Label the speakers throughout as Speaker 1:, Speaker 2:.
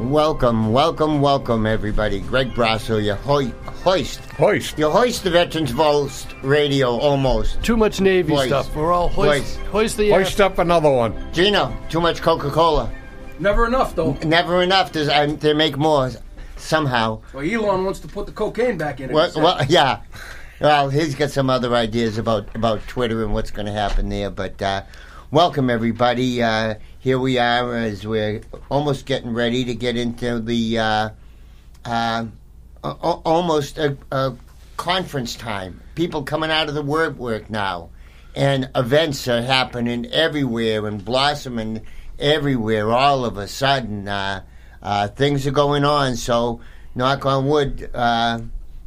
Speaker 1: Welcome, welcome, welcome, everybody. Greg Brasso, your hoi- hoist.
Speaker 2: Hoist.
Speaker 1: Your hoist the Veterans Voice radio almost.
Speaker 3: Too much Navy
Speaker 1: Voice.
Speaker 3: stuff. We're all hoist,
Speaker 1: Voice.
Speaker 3: hoist the
Speaker 2: Hoist up another one.
Speaker 1: Gino, too much Coca Cola.
Speaker 4: Never enough, though.
Speaker 1: Never enough. Does, I, they make more somehow.
Speaker 4: Well, Elon wants to put the cocaine back in. it,
Speaker 1: Well,
Speaker 4: he said.
Speaker 1: well, yeah. Well, he's got some other ideas about, about Twitter and what's going to happen there. But uh, welcome, everybody. Uh, here we are as we're almost getting ready to get into the uh, uh, a- a- almost a, a conference time. People coming out of the work work now, and events are happening everywhere and blossoming everywhere. All of a sudden, uh, uh, things are going on. So, knock on wood. Uh,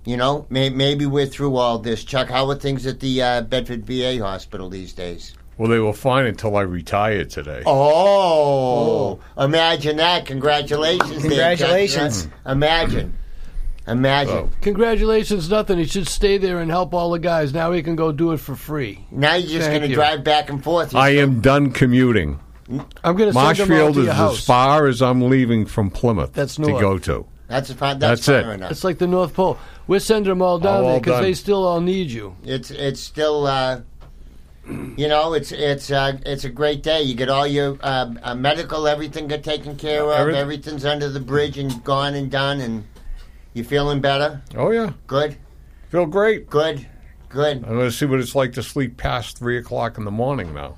Speaker 1: you know, may, maybe we're through all this. Chuck, how are things at the uh, Bedford VA hospital these days?
Speaker 2: Well, they were fine until I retired today.
Speaker 1: Oh, imagine that! Congratulations, there, Chuck.
Speaker 5: Congratulations.
Speaker 1: Imagine, imagine.
Speaker 2: So,
Speaker 3: Congratulations, nothing. He should stay there and help all the guys. Now he can go do it for free.
Speaker 1: Now you're just
Speaker 3: Thank
Speaker 1: going to
Speaker 3: you.
Speaker 1: drive back and forth.
Speaker 2: I am done commuting.
Speaker 3: I'm going to send him all
Speaker 2: Marshfield
Speaker 3: to
Speaker 2: is
Speaker 3: your
Speaker 2: as
Speaker 3: house.
Speaker 2: far as I'm leaving from Plymouth
Speaker 3: That's
Speaker 2: to
Speaker 3: north.
Speaker 2: go to.
Speaker 1: That's fine. That's,
Speaker 2: That's
Speaker 1: fair
Speaker 2: it.
Speaker 1: enough.
Speaker 3: It's like the North Pole. We're sending them all down
Speaker 2: All
Speaker 3: there because
Speaker 2: done.
Speaker 3: they still all need you.
Speaker 1: It's it's still, uh, you know, it's it's uh, it's a great day. You get all your uh, uh, medical, everything got taken care of.
Speaker 2: Everyth-
Speaker 1: Everything's under the bridge and gone and done, and you feeling better.
Speaker 2: Oh, yeah.
Speaker 1: Good,
Speaker 2: Feel great.
Speaker 1: good, good.
Speaker 2: I'm going to see what it's like to sleep past 3 o'clock in the morning now.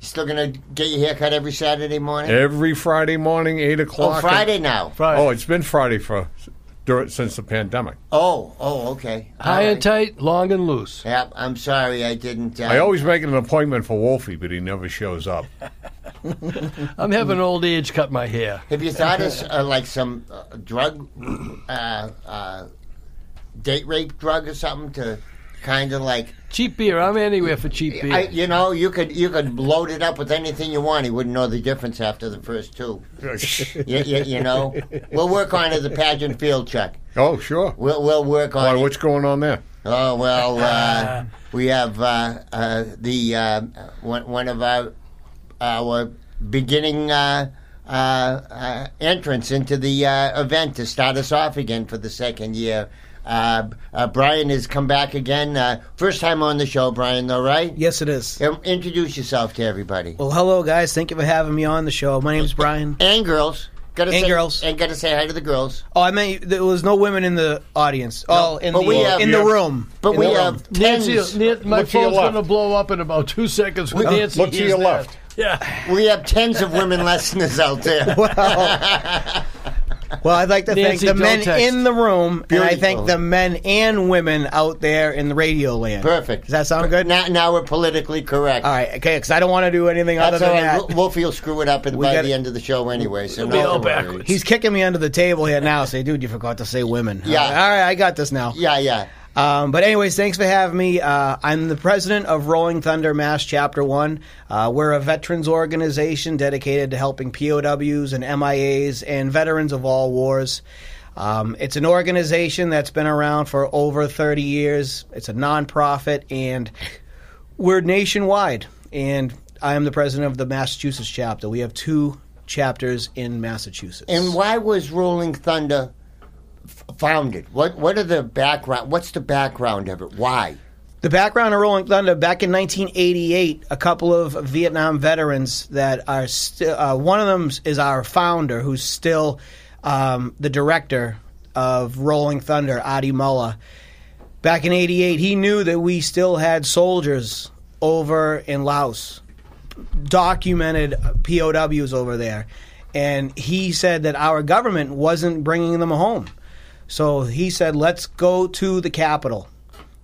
Speaker 1: You still gonna get your hair cut every Saturday morning?
Speaker 2: Every Friday morning, 8
Speaker 1: oh,
Speaker 2: o'clock.
Speaker 1: Friday now.
Speaker 3: Friday.
Speaker 2: Oh, it's been Friday for dur since the pandemic.
Speaker 1: Oh, oh, okay. All
Speaker 3: High and
Speaker 1: right.
Speaker 3: tight, long and loose.
Speaker 1: Yeah, I'm sorry, I didn't. Uh,
Speaker 2: I always make an appointment for Wolfie, but he never shows up.
Speaker 3: I'm having old age cut my hair.
Speaker 1: Have you thought of uh, like some uh, drug, uh, uh, date rape drug or something to kind of like,
Speaker 3: Cheap beer. I'm anywhere for cheap beer.
Speaker 1: I, you know, you could you could load it up with anything you want. He wouldn't know the difference after the first two. You, you, you know, we'll work on it. The pageant field check.
Speaker 2: oh, sure.
Speaker 1: We'll we'll work
Speaker 2: Why,
Speaker 1: on it.
Speaker 2: what's going on there?
Speaker 1: Oh well, uh, we have uh, uh, the uh, one, one of our our beginning uh, uh, uh, entrance into the uh, event to start us off again for the second year. Uh, uh, Brian has come back again. Uh, first time on the show, Brian, though, right?
Speaker 5: Yes, it is.
Speaker 1: Um, Introduce yourself to everybody.
Speaker 5: Well, hello, guys. Thank you for having me on the show. My name's Brian.
Speaker 1: And girls. Gotta
Speaker 5: And
Speaker 1: say,
Speaker 5: girls.
Speaker 1: And gotta say hi to the girls.
Speaker 5: Oh, I meant there was no women in the audience. Oh, in
Speaker 1: but
Speaker 5: the
Speaker 1: we have-
Speaker 5: in the room.
Speaker 1: But
Speaker 5: In
Speaker 1: we
Speaker 5: the room.
Speaker 1: have
Speaker 3: Nancy,
Speaker 1: tens.
Speaker 3: Nan- my
Speaker 2: Look to your
Speaker 3: phone's going to
Speaker 2: left.
Speaker 3: blow up in about two seconds with Nancy.
Speaker 2: Look to
Speaker 3: is
Speaker 2: your
Speaker 3: there.
Speaker 2: left.
Speaker 3: Yeah.
Speaker 1: We have tens of women listeners out there.
Speaker 5: Well, I'd like to
Speaker 3: Nancy,
Speaker 5: thank
Speaker 3: don't
Speaker 5: the men
Speaker 3: text.
Speaker 5: in the room, and I
Speaker 1: Beautiful.
Speaker 5: thank the men and women out there in the radio land.
Speaker 1: Perfect.
Speaker 5: Does that sound good?
Speaker 1: Now, now we're politically correct.
Speaker 5: All right, okay, because I don't want to do anything
Speaker 1: That's
Speaker 5: other
Speaker 1: all
Speaker 5: than
Speaker 1: right.
Speaker 5: that.
Speaker 1: Wolf- Wolfie will screw it up at, by
Speaker 5: gotta-
Speaker 1: the end of the show anyway. So
Speaker 3: be
Speaker 1: no
Speaker 3: all
Speaker 1: worries.
Speaker 3: backwards.
Speaker 5: He's kicking me under the table here now. Say, dude, you forgot to say women.
Speaker 1: Yeah.
Speaker 5: All right, I got this now.
Speaker 1: Yeah, yeah.
Speaker 5: Um, but anyways, thanks for having me. Uh, I'm the president of Rolling Thunder Mass Chapter One. Uh, we're a veterans organization dedicated to helping POWs and MIAs and veterans of all wars. Um, it's an organization that's been around for over 30 years. It's a nonprofit, and we're nationwide. And I am the president of the Massachusetts chapter. We have two chapters in Massachusetts.
Speaker 1: And why was Rolling Thunder f- founded? What What are the background? What's the background of it? Why?
Speaker 5: The background of Rolling Thunder back in 1988, a couple of Vietnam veterans that are still, uh, one of them is our founder, who's still um, the director of Rolling Thunder, Adi Mullah. Back in 88, he knew that we still had soldiers over in Laos, documented POWs over there. And he said that our government wasn't bringing them home. So he said, let's go to the capital.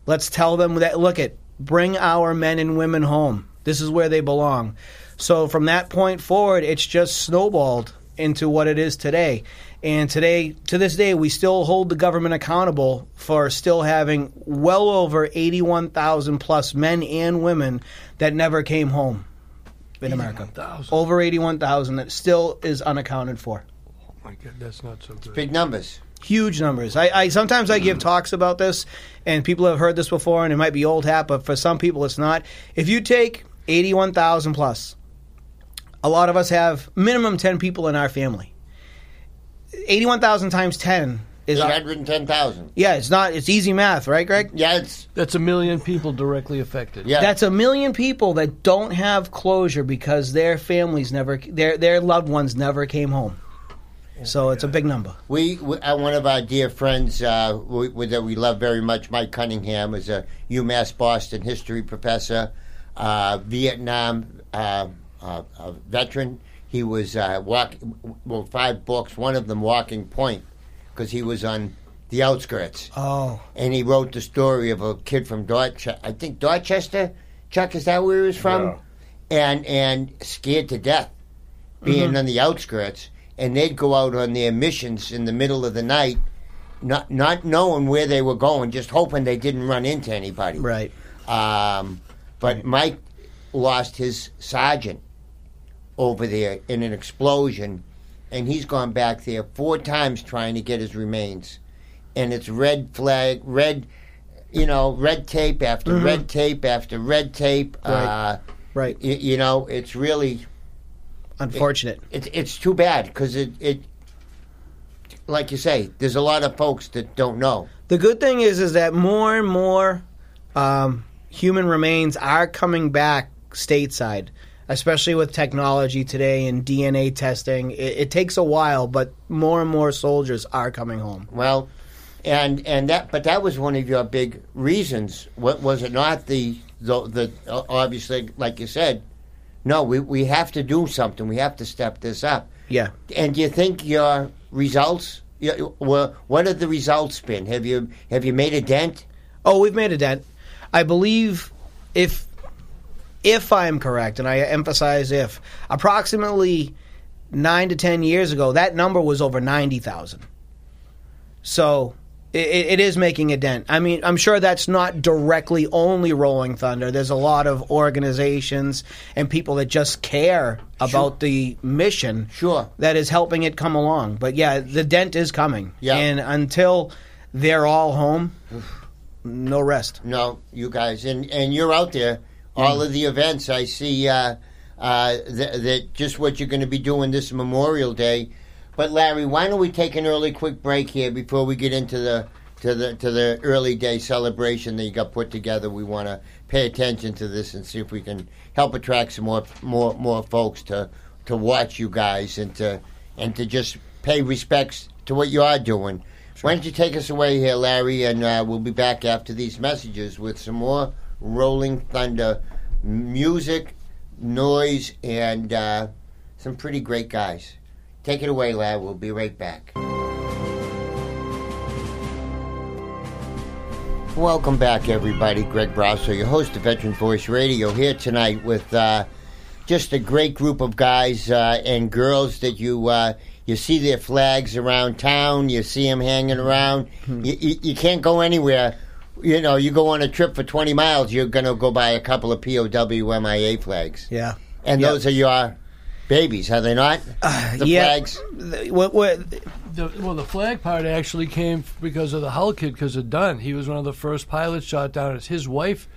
Speaker 5: Let's tell them that look at bring our men and women home. This is where they belong. So from that point forward, it's just snowballed into what it is today. And today, to this day, we still hold the government accountable for still having well over 81,000 plus men and women that never came home in America.
Speaker 3: 81,000.
Speaker 5: Over 81,000 that still is unaccounted for.
Speaker 3: Oh My God, that's not so good.
Speaker 1: Big numbers.
Speaker 5: Huge numbers. I, I sometimes I give talks about this, and people have heard this before, and it might be old hat, but for some people it's not. If you take eighty-one thousand plus, a lot of us have minimum ten people in our family. Eighty-one thousand times ten is
Speaker 1: Eight hundred and ten thousand.
Speaker 5: yeah. It's not. It's easy math, right, Greg?
Speaker 1: Yeah, it's
Speaker 3: That's a million people directly affected.
Speaker 1: yeah.
Speaker 5: That's a million people that don't have closure because their families never, their their loved ones never came home. So it's a big number.
Speaker 1: We, we uh, one of our dear friends uh, we, we, that we love very much, Mike Cunningham, is a UMass Boston history professor, uh, Vietnam uh, uh, uh, veteran. He was uh, walk well five books. One of them, Walking Point, because he was on the outskirts,
Speaker 5: Oh,
Speaker 1: and he wrote the story of a kid from Dorchester. I think Dorchester, Chuck, is that where he was from?
Speaker 2: Yeah.
Speaker 1: and and scared to death being on the outskirts and they'd go out on their missions in the middle of the night not not knowing where they were going just hoping they didn't run into anybody
Speaker 5: right.
Speaker 1: um, but mike lost his sergeant over there in an explosion and he's gone back there four times trying to get his remains and it's red flag red you know red tape after red tape after red tape
Speaker 5: Mm-hmm. Right.
Speaker 1: uh,
Speaker 5: Right.
Speaker 1: you, you know, it's really
Speaker 5: Unfortunate.
Speaker 1: it's it's too bad because it it like you say, there's a lot of folks that don't know.
Speaker 5: The good thing is, is that more and more um, human remains are coming back stateside, especially with technology today and DNA testing. It, it takes a while, but more and more soldiers are coming home.
Speaker 1: Well, and and that but that was one of your big reasons. What was it not the the, the uh, obviously like you said, no, we we have to do something. We have to step this up.
Speaker 5: Yeah.
Speaker 1: And do you think your results? your- your- Well, what have the results been? Have you have you made a dent?
Speaker 5: Oh, we've made a dent. I believe if if I am correct, and I emphasize if, approximately nine to ten years ago, that number was over ninety thousand. So it, it is making a dent. I mean, I'm sure that's not directly only Rolling Thunder. There's a lot of organizations and people that just care about the mission.
Speaker 1: Sure.
Speaker 5: That is helping it come along. But yeah, the dent is coming.
Speaker 1: Yeah.
Speaker 5: And until they're all home, no rest.
Speaker 1: No, you guys, and and you're out there. All of the events I see uh, uh, th- that just what you're going to be doing this Memorial Day. But Larry, why don't we take an early quick break here before we get into the to the to the early day celebration that you got put together? We want to pay attention to this and see if we can help attract some more more more folks to to watch you guys and to and to just pay respects to what you are doing. Why don't you take us away here, Larry, and uh, we'll be back after these messages with some more Rolling Thunder music, noise, and uh, some pretty great guys. Take it away, Larry. We'll be right back. Welcome back, everybody. Greg Brasso, your host of Veteran Voice Radio, here tonight with uh, just a great group of guys uh, and girls that you uh, you see their flags around town. You see them hanging around.
Speaker 5: Hmm.
Speaker 1: You, you, you can't go anywhere. You know, you go on a trip for twenty miles, you're going to go buy a couple of POW MIA flags,
Speaker 5: Yeah.
Speaker 1: and
Speaker 5: Yep.
Speaker 1: those are your babies, are they not? the
Speaker 5: yeah.
Speaker 1: flags.
Speaker 5: Th- What, what,
Speaker 3: The, well, the flag part actually came f- because of the Hull kid, because of Dunn. He was one of the first pilots shot down. It's his wife,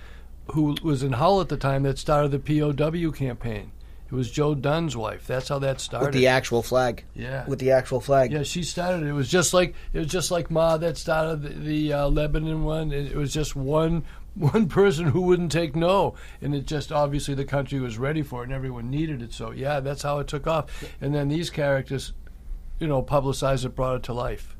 Speaker 3: who was in Hull at the time, that started the POW campaign. It was Joe Dunn's wife. That's how that started.
Speaker 5: with the actual flag.
Speaker 3: Yeah.
Speaker 5: With the actual flag.
Speaker 3: Yeah, she started. it. It was just like it was just like Ma that started the, the uh, Lebanon one. It, it was just one one person who wouldn't take no, and it just obviously the country was ready for it, and everyone needed it. So yeah, that's how it took off. And then these characters, you know, publicized it, brought it to life.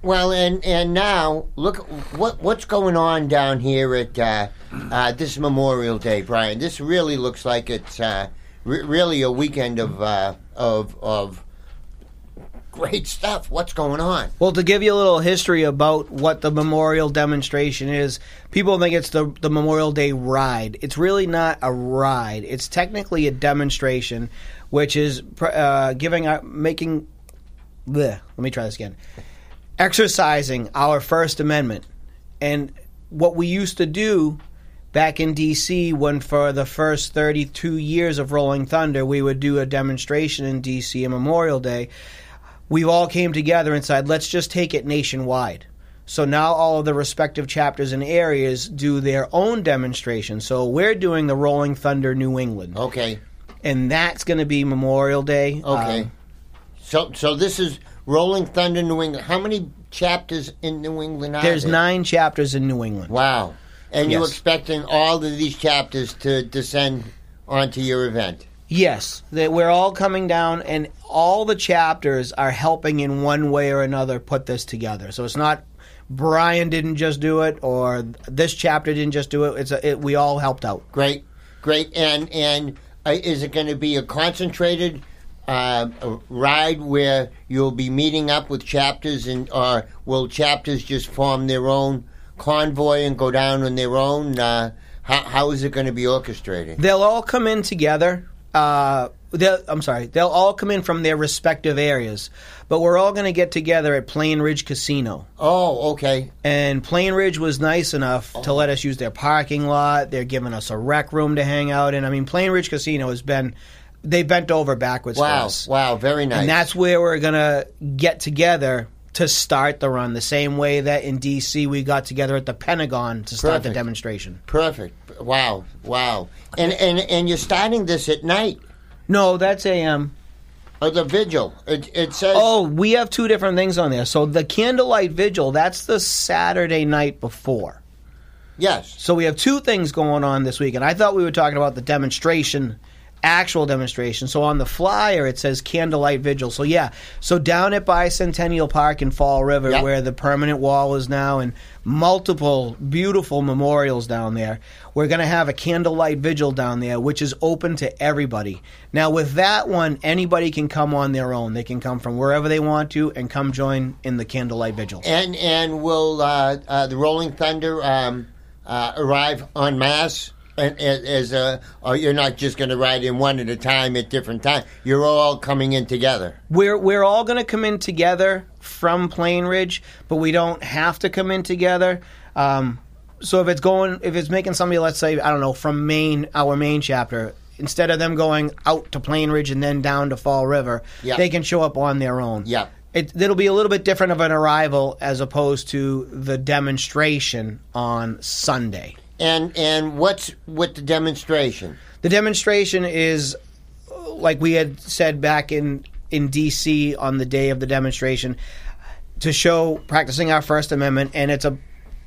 Speaker 1: Well, and and now look what what's going on down here at uh, uh, this Memorial Day, Brian. This really looks like it's uh, re- really a weekend of uh, of of great stuff. What's going on?
Speaker 5: Well, to give you a little history about what the memorial demonstration is, people think it's the, the Memorial Day ride. It's really not a ride. It's technically a demonstration, which is pr- uh, giving our, making. Bleh, let me try this again. Exercising our First Amendment, and what we used to do back in D.C. when for the first 32 years of Rolling Thunder, we would do a demonstration in D.C. on Memorial Day we all came together and said, let's just take it nationwide. So now all of the respective chapters and areas do their own demonstration. So we're doing the Rolling Thunder New England.
Speaker 1: Okay,
Speaker 5: And that's going to be Memorial Day.
Speaker 1: okay.
Speaker 5: Um,
Speaker 1: so, so this is Rolling Thunder, New England. How many chapters in New England are
Speaker 5: there's
Speaker 1: there?
Speaker 5: nine chapters in New England.
Speaker 1: Wow. And you're
Speaker 5: Yes.
Speaker 1: expecting all of these chapters to descend onto your event.
Speaker 5: Yes, that we're all coming down, and all the chapters are helping in one way or another put this together. So it's not Brian didn't just do it, or this chapter didn't just do it. It's a, it, we all helped out.
Speaker 1: Great, great. And and uh, is it going to be a concentrated uh, uh, ride where you'll be meeting up with chapters, and or will chapters just form their own convoy and go down on their own? Uh, how, how is it going to be orchestrated?
Speaker 5: They'll all come in together. Uh, they'll- I'm sorry. They'll all come in from their respective areas, but we're all going to get together at Plain Ridge Casino.
Speaker 1: Oh, okay.
Speaker 5: And Plain Ridge was nice enough
Speaker 1: Oh.
Speaker 5: to let us use their parking lot. They're giving us a rec room to hang out in. I mean, Plain Ridge Casino has been they bent over backwards for
Speaker 1: Wow,
Speaker 5: us.
Speaker 1: wow, very nice.
Speaker 5: And that's where we're going to get together to start the run, the same way that in D.C. we got together at the Pentagon to start the
Speaker 1: Perfect.
Speaker 5: demonstration.
Speaker 1: perfect. Wow, wow. And and and you're starting this at night.
Speaker 5: No, that's AM.
Speaker 1: Oh, the vigil. It, it says.
Speaker 5: Oh, we have two different things on there. So the candlelight vigil, that's the Saturday night before.
Speaker 1: yes.
Speaker 5: So we have two things going on this weekend. I thought we were talking about the demonstration, actual demonstration. So on the flyer it says candlelight vigil. So yeah, so down at Bicentennial Park in Fall River,
Speaker 1: Yep.
Speaker 5: where the permanent wall is now, and multiple beautiful memorials down there, we're going to have a candlelight vigil down there, which is open to everybody. Now with that one, anybody can come on their own. They can come from wherever they want to and come join in the candlelight vigil.
Speaker 1: And and will uh, uh, the Rolling Thunder um, uh, arrive en masse? And as, as a, or you're not just going to ride in one at a time at different times. You're all coming in together.
Speaker 5: We're we're all going to come in together from Plain Ridge, but we don't have to come in together. Um, so if it's going, if it's making somebody, let's say, I don't know, from Maine, our main chapter, instead of them going out to Plain Ridge and then down to Fall River,
Speaker 1: Yeah.
Speaker 5: they can show up on their own.
Speaker 1: Yeah.
Speaker 5: It, it'll be a little bit different of an arrival as opposed to the demonstration on Sunday.
Speaker 1: And and what's with the demonstration?
Speaker 5: The demonstration is uh, like we had said back in in DC on the day of the demonstration to show practicing our first amendment and it's a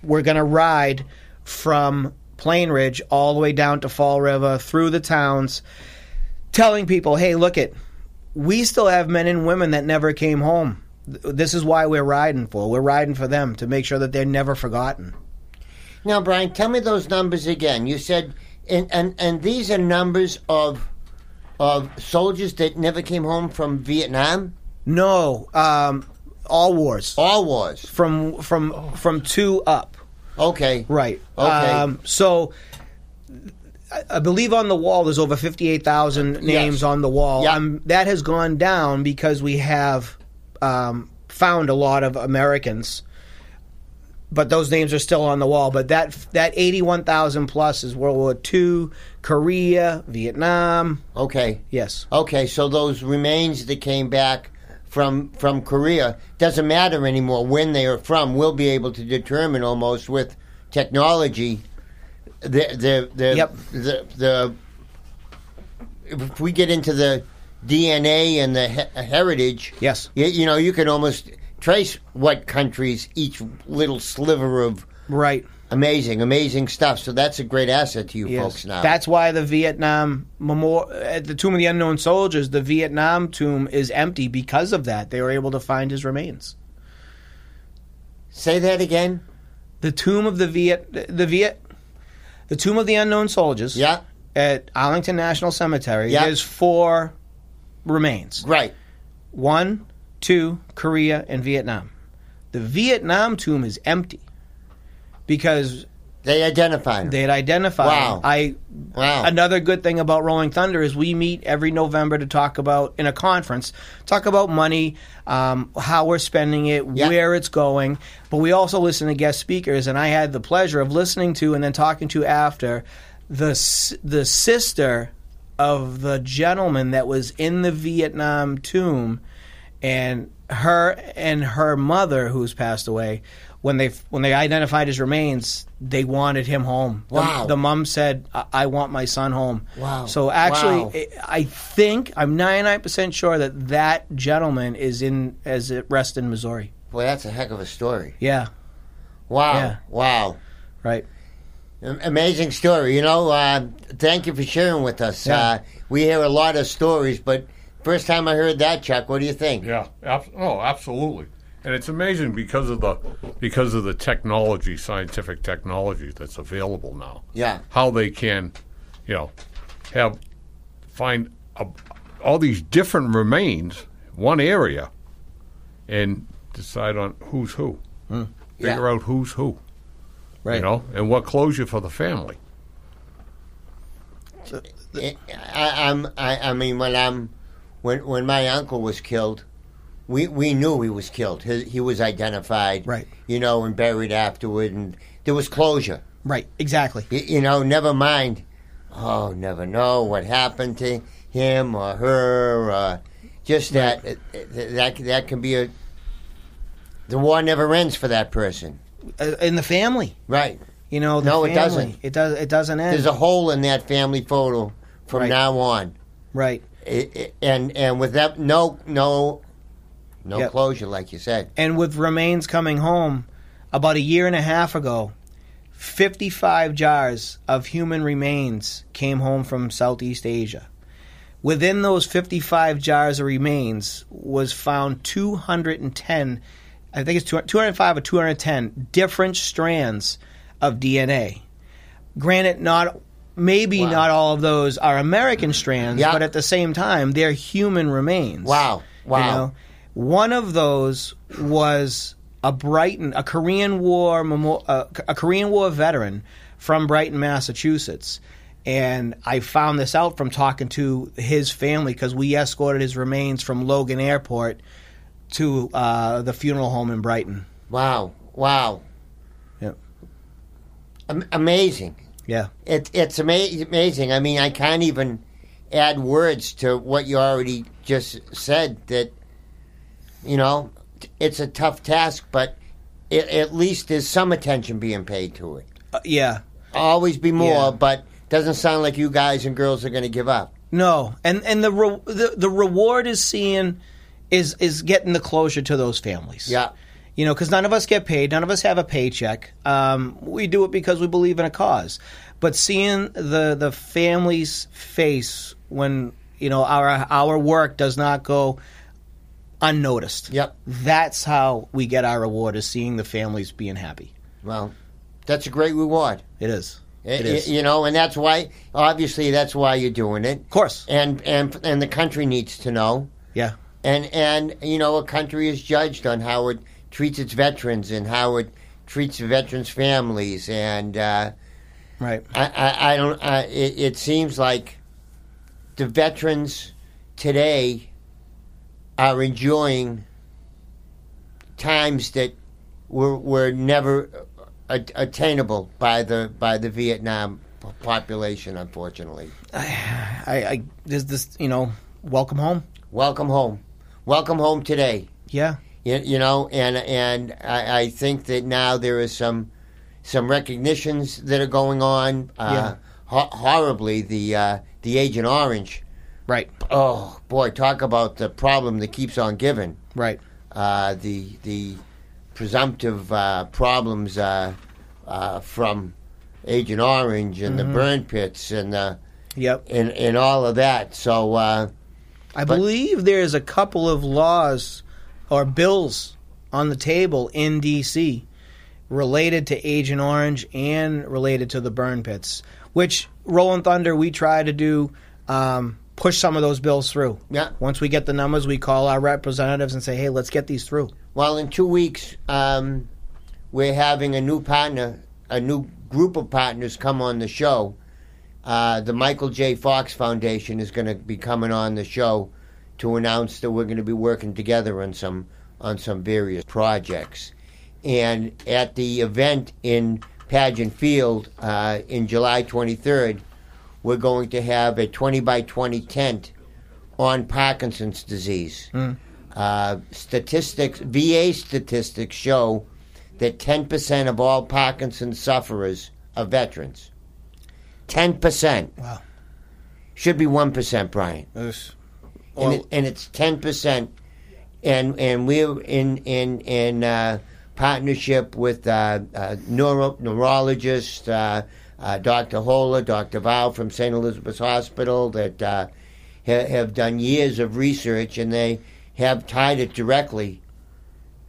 Speaker 5: we're going to ride from Plain Ridge all the way down to Fall River through the towns telling people, "Hey, look it. We still have men and women that never came home. Th- This is why we're riding for. We're riding for them to make sure that they're never forgotten."
Speaker 1: Now, Brian, tell me those numbers again. You said, and and, and these are numbers of of soldiers that never came home from Vietnam,
Speaker 5: No, um all wars.
Speaker 1: all wars.
Speaker 5: from from from two up.
Speaker 1: Okay,
Speaker 5: Oh. Right.
Speaker 1: Okay.
Speaker 5: Um, so I- I believe on the wall there's over fifty eight thousand names on the wall.
Speaker 1: Yeah.
Speaker 5: Um, that has gone down because we have um, found a lot of Americans. But those names are still on the wall. But that that eighty one thousand plus is World War II, Korea, Vietnam.
Speaker 1: okay.
Speaker 5: Yes.
Speaker 1: Okay, so those remains that came back from from Korea doesn't matter anymore when they are from. We'll be able to determine almost with technology the the the
Speaker 5: Yep.
Speaker 1: the, the if we get into the DNA and the he- heritage,
Speaker 5: Yes.
Speaker 1: you, you know, you can almost trace what countries each little sliver of
Speaker 5: Right.
Speaker 1: amazing, amazing stuff. So that's a great asset to you
Speaker 5: Yes.
Speaker 1: folks now.
Speaker 5: That's why the Vietnam memorial at the Tomb of the Unknown Soldiers, the Vietnam tomb is empty because of that. They were able to find his remains.
Speaker 1: Say that again.
Speaker 5: The tomb of the Viet the Viet the tomb of the unknown soldiers
Speaker 1: Yeah,
Speaker 5: at Arlington National Cemetery
Speaker 1: Yeah.
Speaker 5: there's four remains.
Speaker 1: right.
Speaker 5: One, to Korea and Vietnam. The Vietnam tomb is empty because
Speaker 1: They identify. 'em.
Speaker 5: they had identified.
Speaker 1: Wow.
Speaker 5: I
Speaker 1: wow.
Speaker 5: another good thing about Rolling Thunder is we meet every November to talk about in a conference, talk about money, um, how we're spending it,
Speaker 1: Yeah.
Speaker 5: where it's going. But we also listen to guest speakers, and I had the pleasure of listening to and then talking to after the s- the sister of the gentleman that was in the Vietnam tomb, and her and her mother who's passed away. When they when they identified his remains, they wanted him home. The-
Speaker 1: Wow.
Speaker 5: the mom said, I-, "I want my son home."
Speaker 1: Wow.
Speaker 5: So actually,
Speaker 1: Wow.
Speaker 5: I- I think I'm 99 percent sure that that gentleman is in as at rest in Missouri.
Speaker 1: Boy, that's a heck of a story.
Speaker 5: Yeah.
Speaker 1: Wow.
Speaker 5: Yeah.
Speaker 1: Wow.
Speaker 5: Right.
Speaker 1: Am- Amazing story. You know, uh, thank you for sharing with us.
Speaker 5: Yeah.
Speaker 1: Uh, we hear a lot of stories, but first time I heard that, Chuck, what do you think?
Speaker 2: Yeah. Ab- oh, absolutely. And it's amazing because of the because of the technology, scientific technology that's available now.
Speaker 1: Yeah.
Speaker 2: How they can, you know, have find a, all these different remains one area, and decide on who's who. Figure
Speaker 1: Yeah.
Speaker 2: out who's who.
Speaker 5: Right.
Speaker 2: You know, and what closure for the family.
Speaker 1: I, I'm, I, I mean, when I'm, when when my uncle was killed, we we knew he was killed. He, he was identified,
Speaker 5: Right.
Speaker 1: You know, and buried afterward, and there was closure.
Speaker 5: Right. Exactly.
Speaker 1: Y- You, know, never mind. Oh, never know what happened to him or her. Or just that that that can be a. The war never ends for that person,
Speaker 5: Uh, in the family,
Speaker 1: right?
Speaker 5: you know. The
Speaker 1: No, it
Speaker 5: family.
Speaker 1: doesn't.
Speaker 5: It does. It doesn't end.
Speaker 1: There's a hole in that family photo from
Speaker 5: Right.
Speaker 1: now on.
Speaker 5: right.
Speaker 1: I- I- and and with that no no no
Speaker 5: Yep.
Speaker 1: closure like you said
Speaker 5: And with remains coming home, about a year and a half ago, 55 jars of human remains came home from Southeast Asia. Within those 55 jars of remains was found 210, I think it's 200 205 or 210 different strands of DNA. Granted, not maybe not all of those are American strands,
Speaker 1: Yeah.
Speaker 5: but at the same time, they're human remains.
Speaker 1: wow wow
Speaker 5: You know, one of those was a Brighton, a Korean War, memo- uh, a Korean War veteran from Brighton, Massachusetts. And I found this out from talking to his family because we escorted his remains from Logan Airport to uh, the funeral home in Brighton.
Speaker 1: wow wow
Speaker 5: Yep.
Speaker 1: Am- amazing
Speaker 5: Yeah,
Speaker 1: it, it's ama- amazing I mean I can't even add words to what you already just said that you know it's a tough task but it, at least there's some attention being paid to it
Speaker 5: Uh, yeah.
Speaker 1: always be more
Speaker 5: Yeah.
Speaker 1: but doesn't sound like you guys and girls are going to give up
Speaker 5: No, and and the, re- the the reward is seeing is is getting the closure to those families.
Speaker 1: Yeah.
Speaker 5: you know, because none of us get paid, none of us have a paycheck. Um, we do it because we believe in a cause. But seeing the the family's face when you know our our work does not go unnoticed.
Speaker 1: Yep.
Speaker 5: that's how we get our reward is seeing the families being happy.
Speaker 1: well that's a great reward
Speaker 5: It is.
Speaker 1: It
Speaker 5: It
Speaker 1: is.
Speaker 5: is.
Speaker 1: You know, and that's why, obviously, that's why you're doing it.
Speaker 5: Of course.
Speaker 1: And and and the country needs to know.
Speaker 5: Yeah.
Speaker 1: And and you know, a country is judged on how it treats its veterans and how it treats the veterans' families. And uh,
Speaker 5: Right.
Speaker 1: I, I I don't. I, it, it seems like the veterans today are enjoying times that were were never a- attainable by the by the Vietnam p- population. Unfortunately,
Speaker 5: I, I there's this you know welcome home.
Speaker 1: welcome home, welcome home today.
Speaker 5: Yeah.
Speaker 1: You, you know, and and I, I think that now there is some some recognitions that are going on. Uh, ho- horribly, the uh, the Agent Orange.
Speaker 5: Right.
Speaker 1: Oh boy, talk about the problem that keeps on giving.
Speaker 5: Right.
Speaker 1: Uh, the the presumptive uh, problems uh, uh, from Agent Orange and the burn pits and the
Speaker 5: Yep.
Speaker 1: and, and all of that. So uh,
Speaker 5: I believe there's a couple of laws or bills on the table in D.C. related to Agent Orange and related to the burn pits, which Rolling Thunder we try to do um, push some of those bills through.
Speaker 1: Yeah.
Speaker 5: Once we get the numbers, we call our representatives and say, "Hey, let's get these through."
Speaker 1: Well, in two weeks, um, we're having a new partner, a new group of partners come on the show. Uh, the Michael J. Fox Foundation is going to be coming on the show to announce that we're going to be working together on some on some various projects. And at the event in Pageant Field uh, in July 23rd, we're going to have a 20 by 20 tent on Parkinson's disease. Uh, statistics, VA statistics show that 10% of all Parkinson's sufferers are veterans. 10%.
Speaker 5: Wow.
Speaker 1: Should be 1%, Brian. and, it, and it's 10%. And, and we're in, in, in uh, partnership with uh, uh, neuro, neurologist uh, uh, Dr. Hola, Dr. Vow from St. Elizabeth's Hospital that uh, ha- have done years of research and they have tied it directly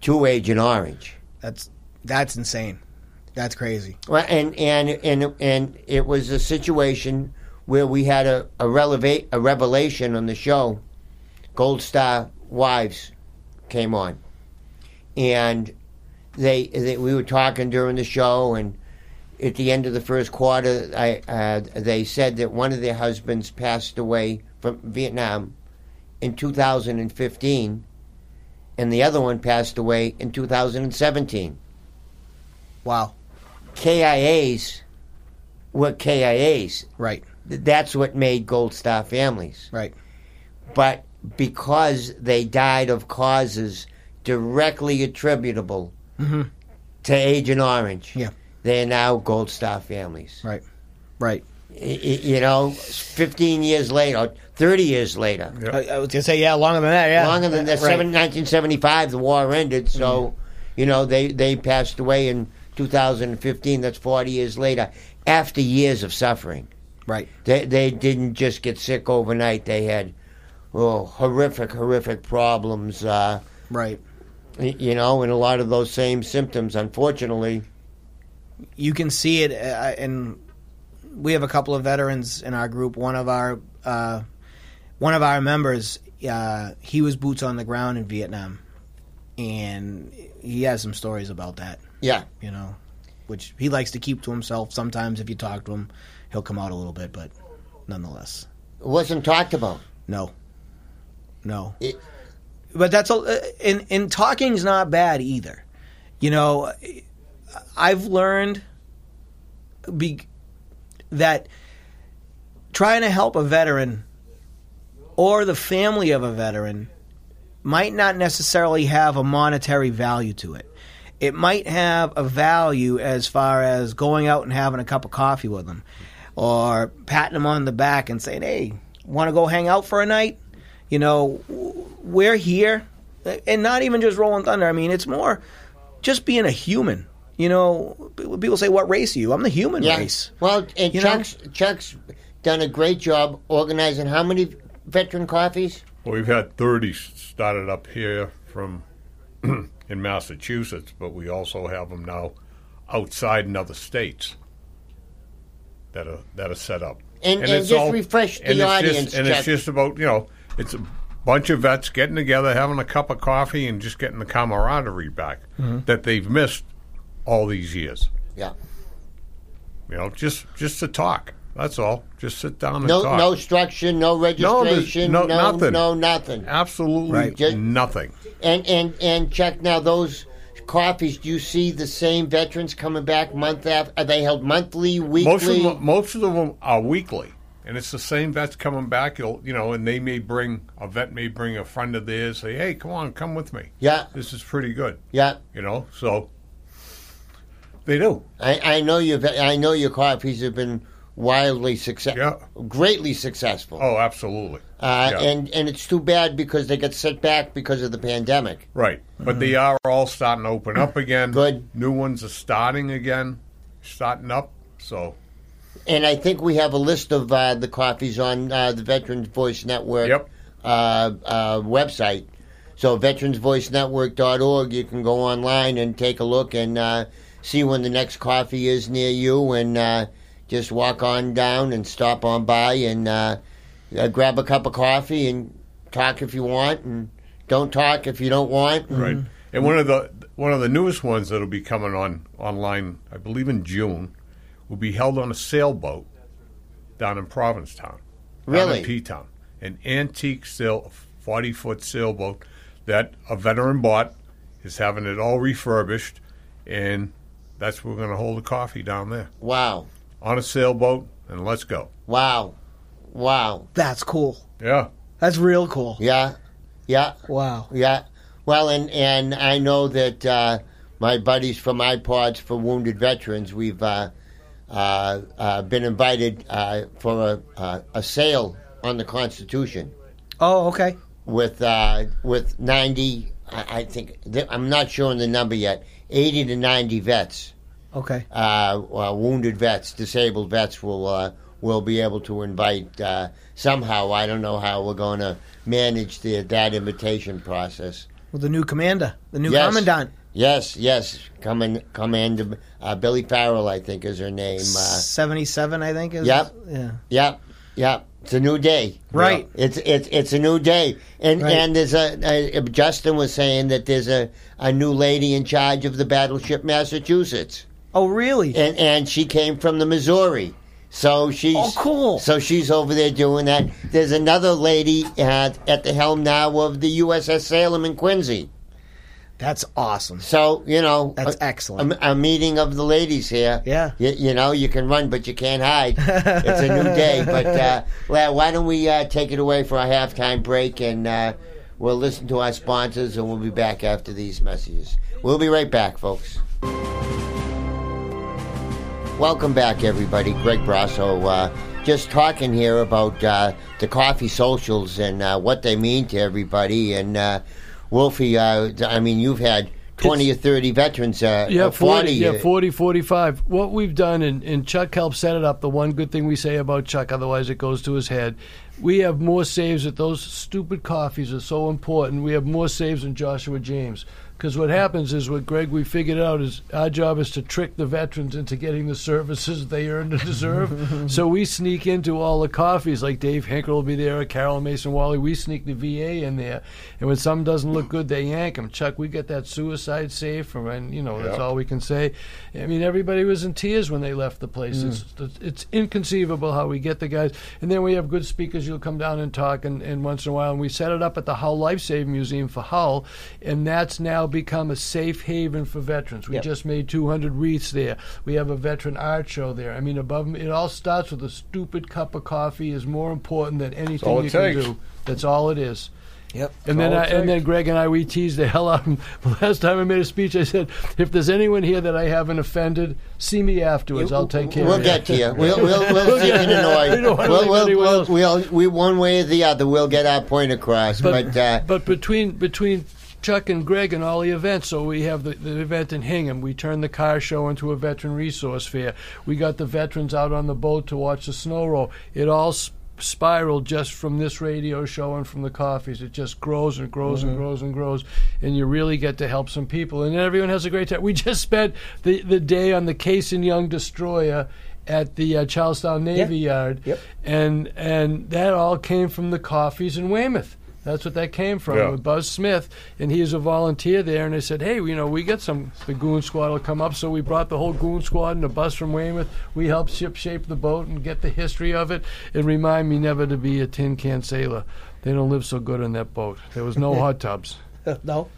Speaker 1: to Agent Orange.
Speaker 5: That's that's insane. That's crazy.
Speaker 1: Well, and and and and it was a situation where we had a a, releva- a revelation on the show. Gold Star Wives came on, and they, they we were talking during the show, and at the end of the first quarter, I uh, they said that one of their husbands passed away from Vietnam in 2015, and the other one passed away in 2017.
Speaker 5: Wow.
Speaker 1: KIAs were KIAs.
Speaker 5: Right.
Speaker 1: Th- That's what made Gold Star families.
Speaker 5: Right.
Speaker 1: But because they died of causes directly attributable to Agent Orange,
Speaker 5: Mm-hmm. Yeah.
Speaker 1: they are now Gold Star families.
Speaker 5: Right. Right.
Speaker 1: I- I- you know, 15 years later, 30 years later,
Speaker 2: Yeah.
Speaker 5: I, I was gonna say, yeah, longer than that. Yeah. uh,
Speaker 1: longer than that,
Speaker 5: Right. Mm-hmm.
Speaker 1: seven, 1975, the war ended. So, you know, they, they passed away in 2015. That's 40 years later, after years of suffering.
Speaker 5: Right.
Speaker 1: They they didn't just get sick overnight. They had oh, horrific, horrific problems. Uh,
Speaker 5: Right.
Speaker 1: y- you know, and a lot of those same symptoms, unfortunately.
Speaker 5: you can see it, uh, and we have a couple of veterans in our group. One of our uh, one of our members, uh, he was boots on the ground in Vietnam, and he has some stories about that.
Speaker 1: Yeah,
Speaker 5: You know, which he likes to keep to himself. Sometimes, if you talk to him, he'll come out a little bit, but nonetheless,
Speaker 1: it wasn't talked about.
Speaker 5: no, no.
Speaker 1: It-
Speaker 5: but that's a uh, and and talking's not bad either. You know, I've learned be, that trying to help a veteran or the family of a veteran might not necessarily have a monetary value to it. It might have a value as far as going out and having a cup of coffee with them or patting them on the back and saying, "Hey, want to go hang out for a night?" You know, w- we're here and not even just rolling thunder. I mean, it's more just being a human. You know, p- people say, "What race are you?" I'm the human
Speaker 1: Yeah.
Speaker 5: race.
Speaker 1: Well, and
Speaker 5: You know?
Speaker 1: Chuck's Chuck's done a great job organizing. How many veteran coffees?
Speaker 2: Well, we've had 30 started up here from in Massachusetts, but we also have them now outside in other states that are that are set up.
Speaker 1: And- and just refresh the
Speaker 2: it's just-
Speaker 1: audience,
Speaker 2: and
Speaker 1: Chuck.
Speaker 2: it's just about you know, it's a bunch of vets getting together, having a cup of coffee, and just getting the camaraderie back that they've missed all these years.
Speaker 1: Yeah.
Speaker 2: You know, just just to talk. That's all. Just sit down and
Speaker 1: No,
Speaker 2: talk.
Speaker 1: no structure, no
Speaker 2: there's
Speaker 1: registration,
Speaker 2: no-
Speaker 1: no,
Speaker 2: nothing.
Speaker 1: no nothing.
Speaker 2: absolutely
Speaker 5: Right.
Speaker 1: Just-
Speaker 2: nothing.
Speaker 1: And and and Chuck, now those coffees, do you see the same veterans coming back month after? Are they held monthly, weekly?
Speaker 2: Most of them, most of them are weekly, and it's the same vets coming back. You'll, you know, and they may bring a vet may bring a friend of theirs. Say, hey, come on, come with me.
Speaker 1: Yeah.
Speaker 2: this is pretty good.
Speaker 1: yeah,
Speaker 2: You know, so they do.
Speaker 1: I, I know your I know your coffees have been wildly
Speaker 2: Yeah.
Speaker 1: successful, greatly successful.
Speaker 2: Oh, absolutely.
Speaker 1: uh,
Speaker 2: yeah.
Speaker 1: And and it's too bad because they get set back because of the pandemic.
Speaker 2: Right, but they are all starting to open up again.
Speaker 1: Mm-hmm. Good.
Speaker 2: New ones are starting again, starting up. So
Speaker 1: And I think we have a list of uh, the coffees on uh, the Veterans Voice Network
Speaker 2: Yep.
Speaker 1: uh, uh, website. So veteransvoicenetwork.org, you can go online and take a look and uh, see when the next coffee is near you and uh, just walk on down and stop on by and uh, uh, grab a cup of coffee and talk if you want, and don't talk if you don't want. and-
Speaker 2: Right. And one of the one of the newest ones that'll be coming on online, I believe in June, will be held on a sailboat down in Provincetown. Down
Speaker 1: Really?
Speaker 2: in P Town. An antique sail forty foot sailboat that a veteran bought is having it all refurbished and that's where we're gonna hold the coffee down there.
Speaker 1: Wow,
Speaker 2: On a sailboat and let's go.
Speaker 1: wow, wow.
Speaker 5: That's cool.
Speaker 2: Yeah.
Speaker 5: That's real cool.
Speaker 1: Yeah, yeah,
Speaker 5: Wow.
Speaker 1: yeah. Well, and and I know that uh, my buddies from iPods for Wounded Veterans, we've uh, uh, uh, been invited uh, for a, uh, a sale on the Constitution.
Speaker 5: Oh, okay.
Speaker 1: with uh, with ninety. I, I think th- I'm not sure on the number yet. Eighty to ninety vets,
Speaker 5: Okay.
Speaker 1: uh, uh, wounded vets, disabled vets will uh, will be able to invite uh, somehow. I don't know how we're going to manage the that invitation process.
Speaker 5: Well, the new commander, the new
Speaker 1: Yes.
Speaker 5: commandant,
Speaker 1: Yes, yes. Come in, come in. Uh, Billy Farrell, I think, is her name. Uh,
Speaker 5: seventy-seven, I think is.
Speaker 1: Yep.
Speaker 5: Yeah.
Speaker 1: yep, yep. It's a new day.
Speaker 5: Right.
Speaker 1: It's it's it's a new day, and
Speaker 5: Right.
Speaker 1: and there's a, a Justin was saying that there's a, a new lady in charge of the battleship Massachusetts,
Speaker 5: Oh, really?
Speaker 1: and and she came from the Missouri, so she's
Speaker 5: Oh, cool.
Speaker 1: So she's over there doing that. There's another lady at, at the helm now of the USS Salem in Quincy.
Speaker 5: That's awesome.
Speaker 1: So you know
Speaker 5: That's
Speaker 1: a-
Speaker 5: excellent.
Speaker 1: A, a meeting of the ladies here.
Speaker 5: Yeah.
Speaker 1: You, you know you can run, but you can't hide. it's a new day. But uh, well, why don't we uh, take it away for our halftime break and uh, we'll listen to our sponsors and we'll be back after these messages. We'll be right back, folks. Welcome back, everybody. Greg Brasso, uh, just talking here about uh, the coffee socials and uh, what they mean to everybody. And uh, Wolfie, uh, I mean, you've had twenty or thirty veterans. Uh,
Speaker 3: yeah,
Speaker 1: uh, 40,
Speaker 3: yeah,
Speaker 1: uh,
Speaker 3: 40, 45. What we've done, and, and Chuck helped set it up, the one good thing we say about Chuck, otherwise it goes to his head. We have more saves that those stupid coffees are so important. We have more saves than Joshua James. Because what happens is, what Greg, we figured out is our job is to trick the veterans into getting the services they earn and deserve. so we sneak into all the coffees, like Dave Hinkle will be there, Carol Mason Wally. We sneak the VA in there. And when something doesn't look good, they yank them. Chuck, we get that suicide save from, and you know, that's
Speaker 2: Yeah.
Speaker 3: all we can say. I mean, everybody was in tears when they left the
Speaker 2: Mm.
Speaker 3: place. It's, it's inconceivable how we get the guys. And then we have good speakers who'll come down and talk, and, and once in a while, and we set it up at the Hull Lifesaving Museum for Hull, and that's now become a safe haven for veterans. We
Speaker 5: Yep.
Speaker 3: just made 200 wreaths there. We have a veteran art show there. I mean, above it all starts with a stupid cup of coffee is more important than anything
Speaker 2: all
Speaker 3: you
Speaker 2: it
Speaker 3: can
Speaker 2: takes.
Speaker 3: do. That's all it is.
Speaker 5: Yep.
Speaker 3: And then, I,
Speaker 2: That's all it
Speaker 3: and then
Speaker 2: takes.
Speaker 3: Greg and I, we teased the hell out of him. The last time I made a speech, I said, if there's anyone here that I haven't offended, see me afterwards. I'll take care
Speaker 1: We'll
Speaker 3: of
Speaker 1: get
Speaker 3: you.
Speaker 1: to you. We'll we'll we'll see and annoy.
Speaker 3: We don't wanna
Speaker 1: We'll
Speaker 3: leave
Speaker 1: we'll,
Speaker 3: anyone
Speaker 1: we'll,
Speaker 3: else.
Speaker 1: we'll we one way or the other. We'll get our point across. But,
Speaker 3: But-
Speaker 1: uh,
Speaker 3: But between between Chuck and Greg and all the events, so we have the, the event in Hingham. We turned the car show into a veteran resource fair. We got the veterans out on the boat to watch the snow roll. It all sp- spiraled just from this radio show and from the coffees. It just grows and grows and grows and grows, and you really get to help some people. And everyone has a great time. We just spent the, the day on the Case and Young destroyer at the uh, Charlestown Navy Yard,
Speaker 5: Yep.
Speaker 3: and and that all came from the coffees in Weymouth. That's what that came from
Speaker 2: Yeah.
Speaker 3: with Buzz Smith, and he is a volunteer there. And they said, "Hey, you know, we get some. The goon squad will come up." So we brought the whole goon squad and a bus from Weymouth. We helped ship shape the boat and get the history of it, and remind me never to be a tin can sailor. They don't live so good on that boat. There was no hot tubs.
Speaker 5: Uh, no.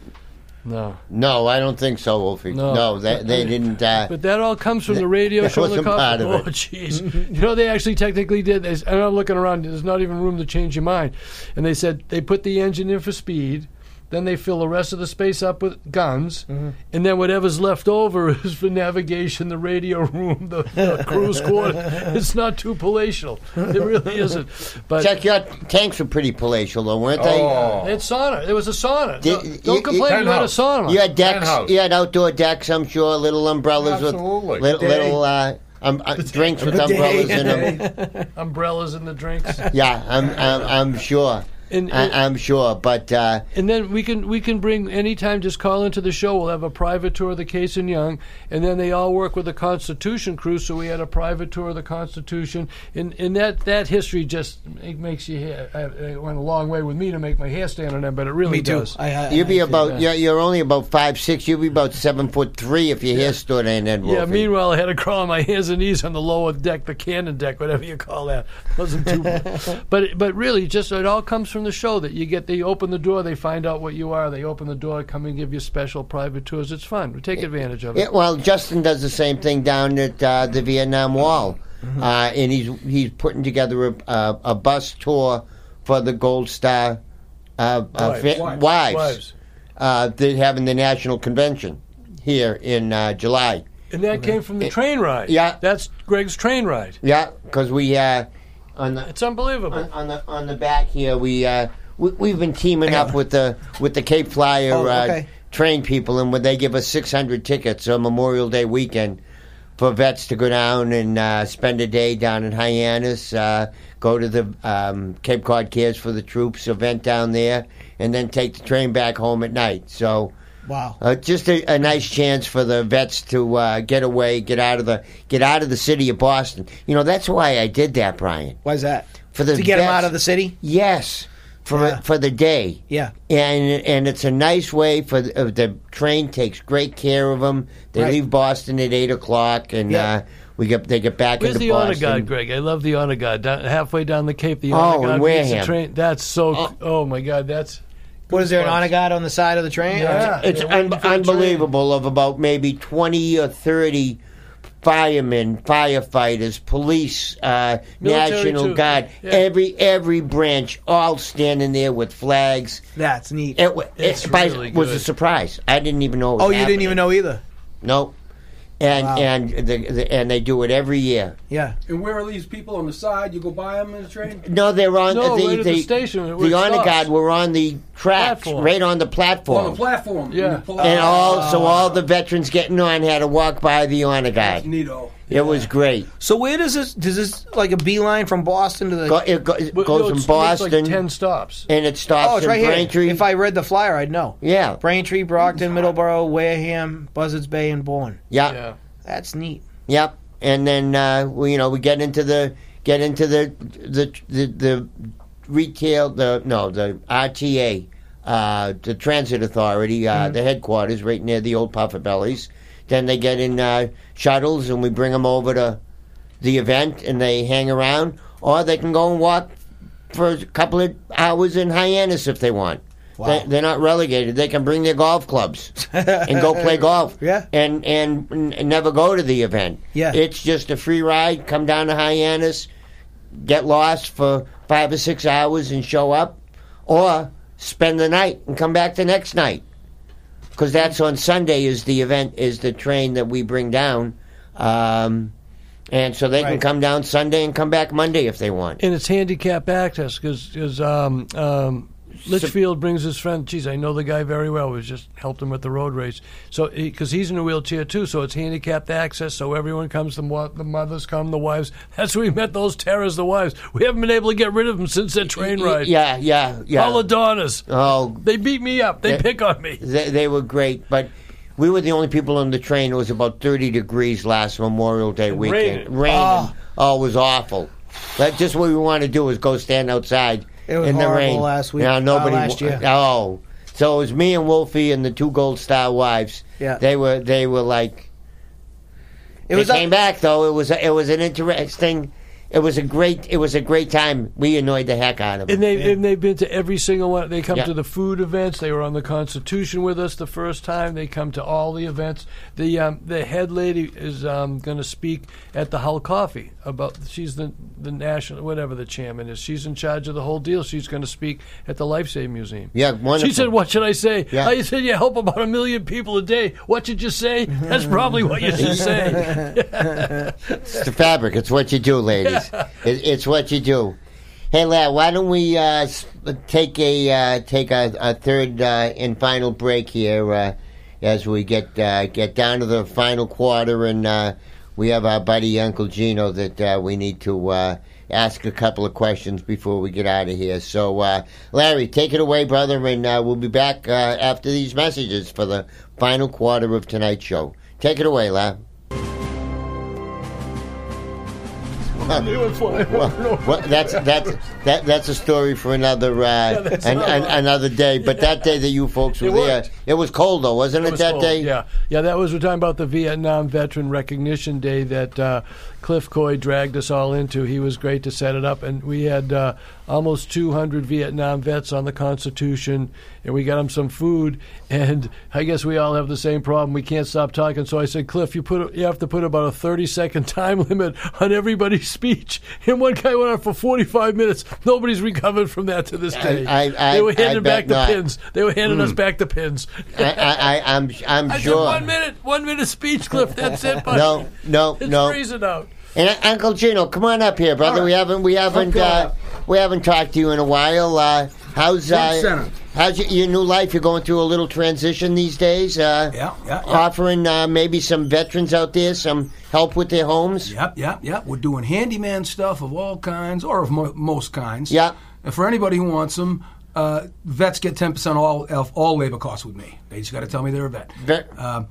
Speaker 3: No,
Speaker 1: no, I don't think so, Wolfie. No,
Speaker 3: No.
Speaker 1: they, they didn't. Uh,
Speaker 3: but that all comes from the radio
Speaker 1: that
Speaker 3: show. and The
Speaker 1: wasn't part
Speaker 3: coffee.
Speaker 1: of it.
Speaker 3: Oh, jeez. You know, they actually technically did. This, and I'm looking around. There's not even room to change your mind. And they said they put the engine in for speed. Then they fill the rest of the space up with guns,
Speaker 1: Mm-hmm.
Speaker 3: and then whatever's left over is for navigation, the radio room, the, the cruise quarters. It's not too palatial. It really isn't. But
Speaker 1: Chuck, your tanks were pretty palatial, though, weren't they?
Speaker 2: Oh.
Speaker 3: they had sauna. There was a sauna.
Speaker 1: Did-
Speaker 3: No,
Speaker 1: you-
Speaker 3: don't complain.
Speaker 2: you-
Speaker 3: You had a sauna.
Speaker 1: You had decks.
Speaker 2: Penthouse.
Speaker 1: You had outdoor decks. I'm sure little umbrellas
Speaker 2: Absolutely.
Speaker 1: with little,
Speaker 5: Day.
Speaker 1: little uh, um, uh, drinks with
Speaker 5: The
Speaker 1: umbrellas
Speaker 5: day.
Speaker 1: in them.
Speaker 3: Umbrellas and the drinks.
Speaker 1: Yeah, I'm, I'm I'm sure.
Speaker 3: And-
Speaker 1: I, I'm sure. But uh,
Speaker 3: And then we can we can bring anytime. Just call into the show. We'll have a private tour of the Case and Young, and then they all work with the Constitution crew. So we had a private tour of the Constitution, and, and that, that history just it makes you. ha- I- It went a long way with me to make my hair stand on end, but it really
Speaker 5: Me too.
Speaker 3: does.
Speaker 5: I, I,
Speaker 1: you'd be about
Speaker 3: that.
Speaker 1: you're, you're only about five six. You'd be about seven foot three if your hair stood in Ed
Speaker 3: yeah.
Speaker 1: Wolfe.
Speaker 3: Meanwhile, I had to crawl on my hands and knees on the lower deck, the cannon deck, whatever you call that. Wasn't too, but but really, just it all comes from the show that you get. They open the door, they find out what you are. They open the door, come and give you special private tours. It's fun. Take advantage of it.
Speaker 1: Yeah, well, Justin does the same thing down at uh, the Vietnam Wall,
Speaker 3: Mm-hmm.
Speaker 1: uh, and he's he's putting together a, a, a bus tour for the Gold Star uh, uh,
Speaker 3: Wives.
Speaker 1: vi-
Speaker 4: Wives.
Speaker 1: wives.
Speaker 3: Wives.
Speaker 1: Uh, they're having the national convention here in uh, July.
Speaker 3: And that came from the train ride.
Speaker 1: Mm-hmm. Yeah.
Speaker 3: That's Greg's train ride.
Speaker 1: Yeah, because we uh, on the
Speaker 3: It's unbelievable.
Speaker 1: on, on the on the back here we. Uh, we, we've been teaming up with the with the Cape Flyer
Speaker 5: Oh, okay.
Speaker 1: uh, train people, and when they give us 600 tickets on Memorial Day weekend for vets to go down and uh, spend a day down in Hyannis, uh, go to the um, Cape Cod Cares for the Troops event down there, and then take the train back home at night. So.
Speaker 5: Wow.
Speaker 1: Uh, just a, a nice chance for the vets to uh, get away, get out of the get out of the city of Boston. You know that's why I did that, Brian.
Speaker 5: Why's that?
Speaker 1: For the
Speaker 5: to get them
Speaker 1: vets-
Speaker 5: out of the city.
Speaker 1: Yes, for
Speaker 5: Yeah.
Speaker 1: for the day.
Speaker 5: Yeah.
Speaker 1: And and it's a nice way for the, uh, the train takes great care of them. They
Speaker 5: Right.
Speaker 1: leave Boston at eight o'clock, and
Speaker 5: Yeah.
Speaker 1: uh, we get they get back
Speaker 3: Where's
Speaker 1: into
Speaker 3: the honor
Speaker 1: Boston.
Speaker 3: guard, Greg? I love the honor guard. Down, halfway down the Cape, the
Speaker 1: Oh,
Speaker 3: honor
Speaker 1: in
Speaker 3: guard meets the
Speaker 1: Wareham.
Speaker 3: train. That's so. Oh, my God, that's
Speaker 5: What is there an
Speaker 3: Well,
Speaker 5: honor guard on the side of the train?
Speaker 3: Yeah.
Speaker 1: It's
Speaker 3: They're waiting
Speaker 1: un-
Speaker 3: for the train.
Speaker 1: unbelievable of about maybe 20 or 30 firemen, firefighters, police, uh,
Speaker 3: Military
Speaker 1: National
Speaker 3: too.
Speaker 1: Guard,
Speaker 3: Yeah.
Speaker 1: every every branch all standing there with flags.
Speaker 5: That's neat.
Speaker 1: It, wa-
Speaker 3: It's
Speaker 1: it by-
Speaker 3: really
Speaker 1: was a
Speaker 3: good.
Speaker 1: surprise. I didn't even know. It was
Speaker 5: oh, you didn't even know either.
Speaker 1: No. And
Speaker 5: Wow.
Speaker 1: and the, the, and they do it every year.
Speaker 5: Yeah.
Speaker 4: And where are these people on the side? You go buy them in the train?
Speaker 1: No, they're on
Speaker 3: No,
Speaker 1: the,
Speaker 3: right at the station where
Speaker 1: The
Speaker 3: it
Speaker 1: honor
Speaker 3: stops.
Speaker 1: guard were on the tracks,
Speaker 3: Platform.
Speaker 1: right on the platform.
Speaker 4: On the platform.
Speaker 3: Yeah.
Speaker 4: You pull
Speaker 1: and
Speaker 4: out-
Speaker 1: all
Speaker 3: Ah.
Speaker 1: so all the veterans getting on had to walk by the honor
Speaker 4: That's
Speaker 1: guard.
Speaker 4: neato.
Speaker 1: It was great.
Speaker 5: So where does this? Does this like a beeline from Boston to the?
Speaker 1: Go, it, go, it
Speaker 3: well,
Speaker 1: goes
Speaker 3: no,
Speaker 1: from
Speaker 3: it's- it's
Speaker 1: Boston
Speaker 3: like ten stops.
Speaker 1: and it stops
Speaker 5: oh, it's
Speaker 1: in
Speaker 5: right
Speaker 1: Braintree.
Speaker 5: here. If I read the flyer, I'd know.
Speaker 1: yeah,
Speaker 5: Braintree, Brockton, Middleborough, Wareham, Buzzards Bay, and Bourne.
Speaker 1: yeah,
Speaker 3: Yeah.
Speaker 5: That's neat.
Speaker 1: yep. And then uh, we, you know we get into the get into the the the, the retail the no the RTA uh, the Transit Authority uh, the headquarters right near the old Puffer Bellies. Then they get in uh, shuttles and we bring them over to the event and they hang around, or they can go and walk for a couple of hours in Hyannis if they want. They, they're not relegated. They can bring their golf clubs and go play golf.
Speaker 5: Yeah.
Speaker 1: and and n- never go to the event.
Speaker 5: Yeah.
Speaker 1: it's just a free ride. Come down to Hyannis, get lost for five or six hours, and show up, or spend the night and come back the next night. Because that's on Sunday is the event is the train that we bring down, um, and so they can
Speaker 5: Right.
Speaker 1: come down Sunday and come back Monday if they want.
Speaker 3: And it's handicap access because um, um, Litchfield brings his friend. Geez, I know the guy very well. We just helped him with the road race. So because he's in a wheelchair too, so it's handicapped access. So everyone comes. The, mo- the mothers come. The wives. That's where we met those terrors. The wives. We haven't been able to get rid of them since that train ride.
Speaker 1: Yeah, yeah, yeah.
Speaker 3: Paula Donis.
Speaker 1: oh,
Speaker 3: They beat me up. They
Speaker 1: Yeah.
Speaker 3: pick on me.
Speaker 1: they, they were great, but we were the only people on the train. It was about 30 degrees last Memorial Day weekend.
Speaker 3: raining.
Speaker 1: Rain. Oh. it was awful. That's just what we want to do is go stand outside
Speaker 5: It was
Speaker 1: in the
Speaker 5: horrible
Speaker 1: rain.
Speaker 5: last week-
Speaker 1: Now, nobody
Speaker 5: uh, last
Speaker 1: wa-
Speaker 5: year.
Speaker 1: Oh. So it was me and Wolfie and the two Gold Star wives.
Speaker 5: Yeah.
Speaker 1: They were they were like
Speaker 5: It was
Speaker 1: they
Speaker 5: up-
Speaker 1: came back though. It was a, it was an interesting it was a great it was a great time. We annoyed the heck out of them.
Speaker 3: And they and they've been to every single one. They come
Speaker 1: Yeah.
Speaker 3: to the food events. They were on the Constitution with us the first time. They come to all the events. The um, the head lady is um, going to speak at the Hull Coffee about. She's the the national whatever the chairman is. She's in charge of the whole deal. She's going to speak at the Life Saving Museum.
Speaker 1: yeah, wonderful.
Speaker 3: She said, "What should I say?"
Speaker 1: Yeah.
Speaker 3: I said, "You help about a million people a day." What should you say? That's probably what you should say.
Speaker 1: It's the fabric. It's what you do, ladies. It, it's what you do. Hey, lad, why don't we uh, s- take a uh, take a, a third uh, and final break here uh, as we get uh, get down to the final quarter, and uh, we have our buddy Uncle Gino that uh, we need to uh, ask a couple of questions before we get out of here. So, uh, Larry, take it away, brother, and uh, we'll be back uh, after these messages for the final quarter of tonight's show. Take it away, Larry. Well, well, that's that's that, that's a story for another uh,
Speaker 3: that's
Speaker 1: an, an, another day. But that day that you folks were
Speaker 3: It
Speaker 1: there,
Speaker 3: worked.
Speaker 1: it was cold though, wasn't it?
Speaker 3: was
Speaker 1: that
Speaker 3: cool.
Speaker 1: day,
Speaker 3: Yeah, yeah, that was we're talking about the Vietnam Veteran Recognition Day that uh, Cliff Coy dragged us all into. He was great to set it up, and we had uh, almost 200 Vietnam vets on the Constitution, and we got them some food. And I guess we all have the same problem. We can't stop talking. So I said, Cliff, you put you have to put about a 30 second time limit on everybody's speech. And one guy went on for 45 minutes. Nobody's recovered from that to this day.
Speaker 1: I- I-
Speaker 3: they were
Speaker 1: I
Speaker 3: handing
Speaker 1: bet
Speaker 3: back the
Speaker 1: not. Hmm.
Speaker 3: pins. They were handing us back the pins.
Speaker 1: I, I, I, I'm I'm
Speaker 3: I
Speaker 1: sure.
Speaker 3: said one minute, one minute speech, Cliff. That's it, buddy.
Speaker 1: No, no,
Speaker 3: it's
Speaker 1: no.
Speaker 3: freezing out.
Speaker 1: And uh, Uncle Gino, come on up here, brother.
Speaker 4: All right.
Speaker 1: We haven't we haven't
Speaker 4: Okay.
Speaker 1: uh, we haven't talked to you in a while. Uh, how's
Speaker 4: Thanks,
Speaker 1: uh,
Speaker 4: Senator.
Speaker 1: how's your, your new life? You're going through a little transition these days. Uh,
Speaker 6: Yeah, yeah, yeah.
Speaker 1: Offering uh, maybe some veterans out there some help with their homes.
Speaker 6: Yep, yep, yep. We're doing handyman stuff of all kinds, or of mo- most kinds.
Speaker 1: Yeah.
Speaker 6: And for anybody who wants them, uh, vets get 10% all, of all labor costs with me. They just got to tell me they're a vet.
Speaker 1: Ve-
Speaker 6: Um,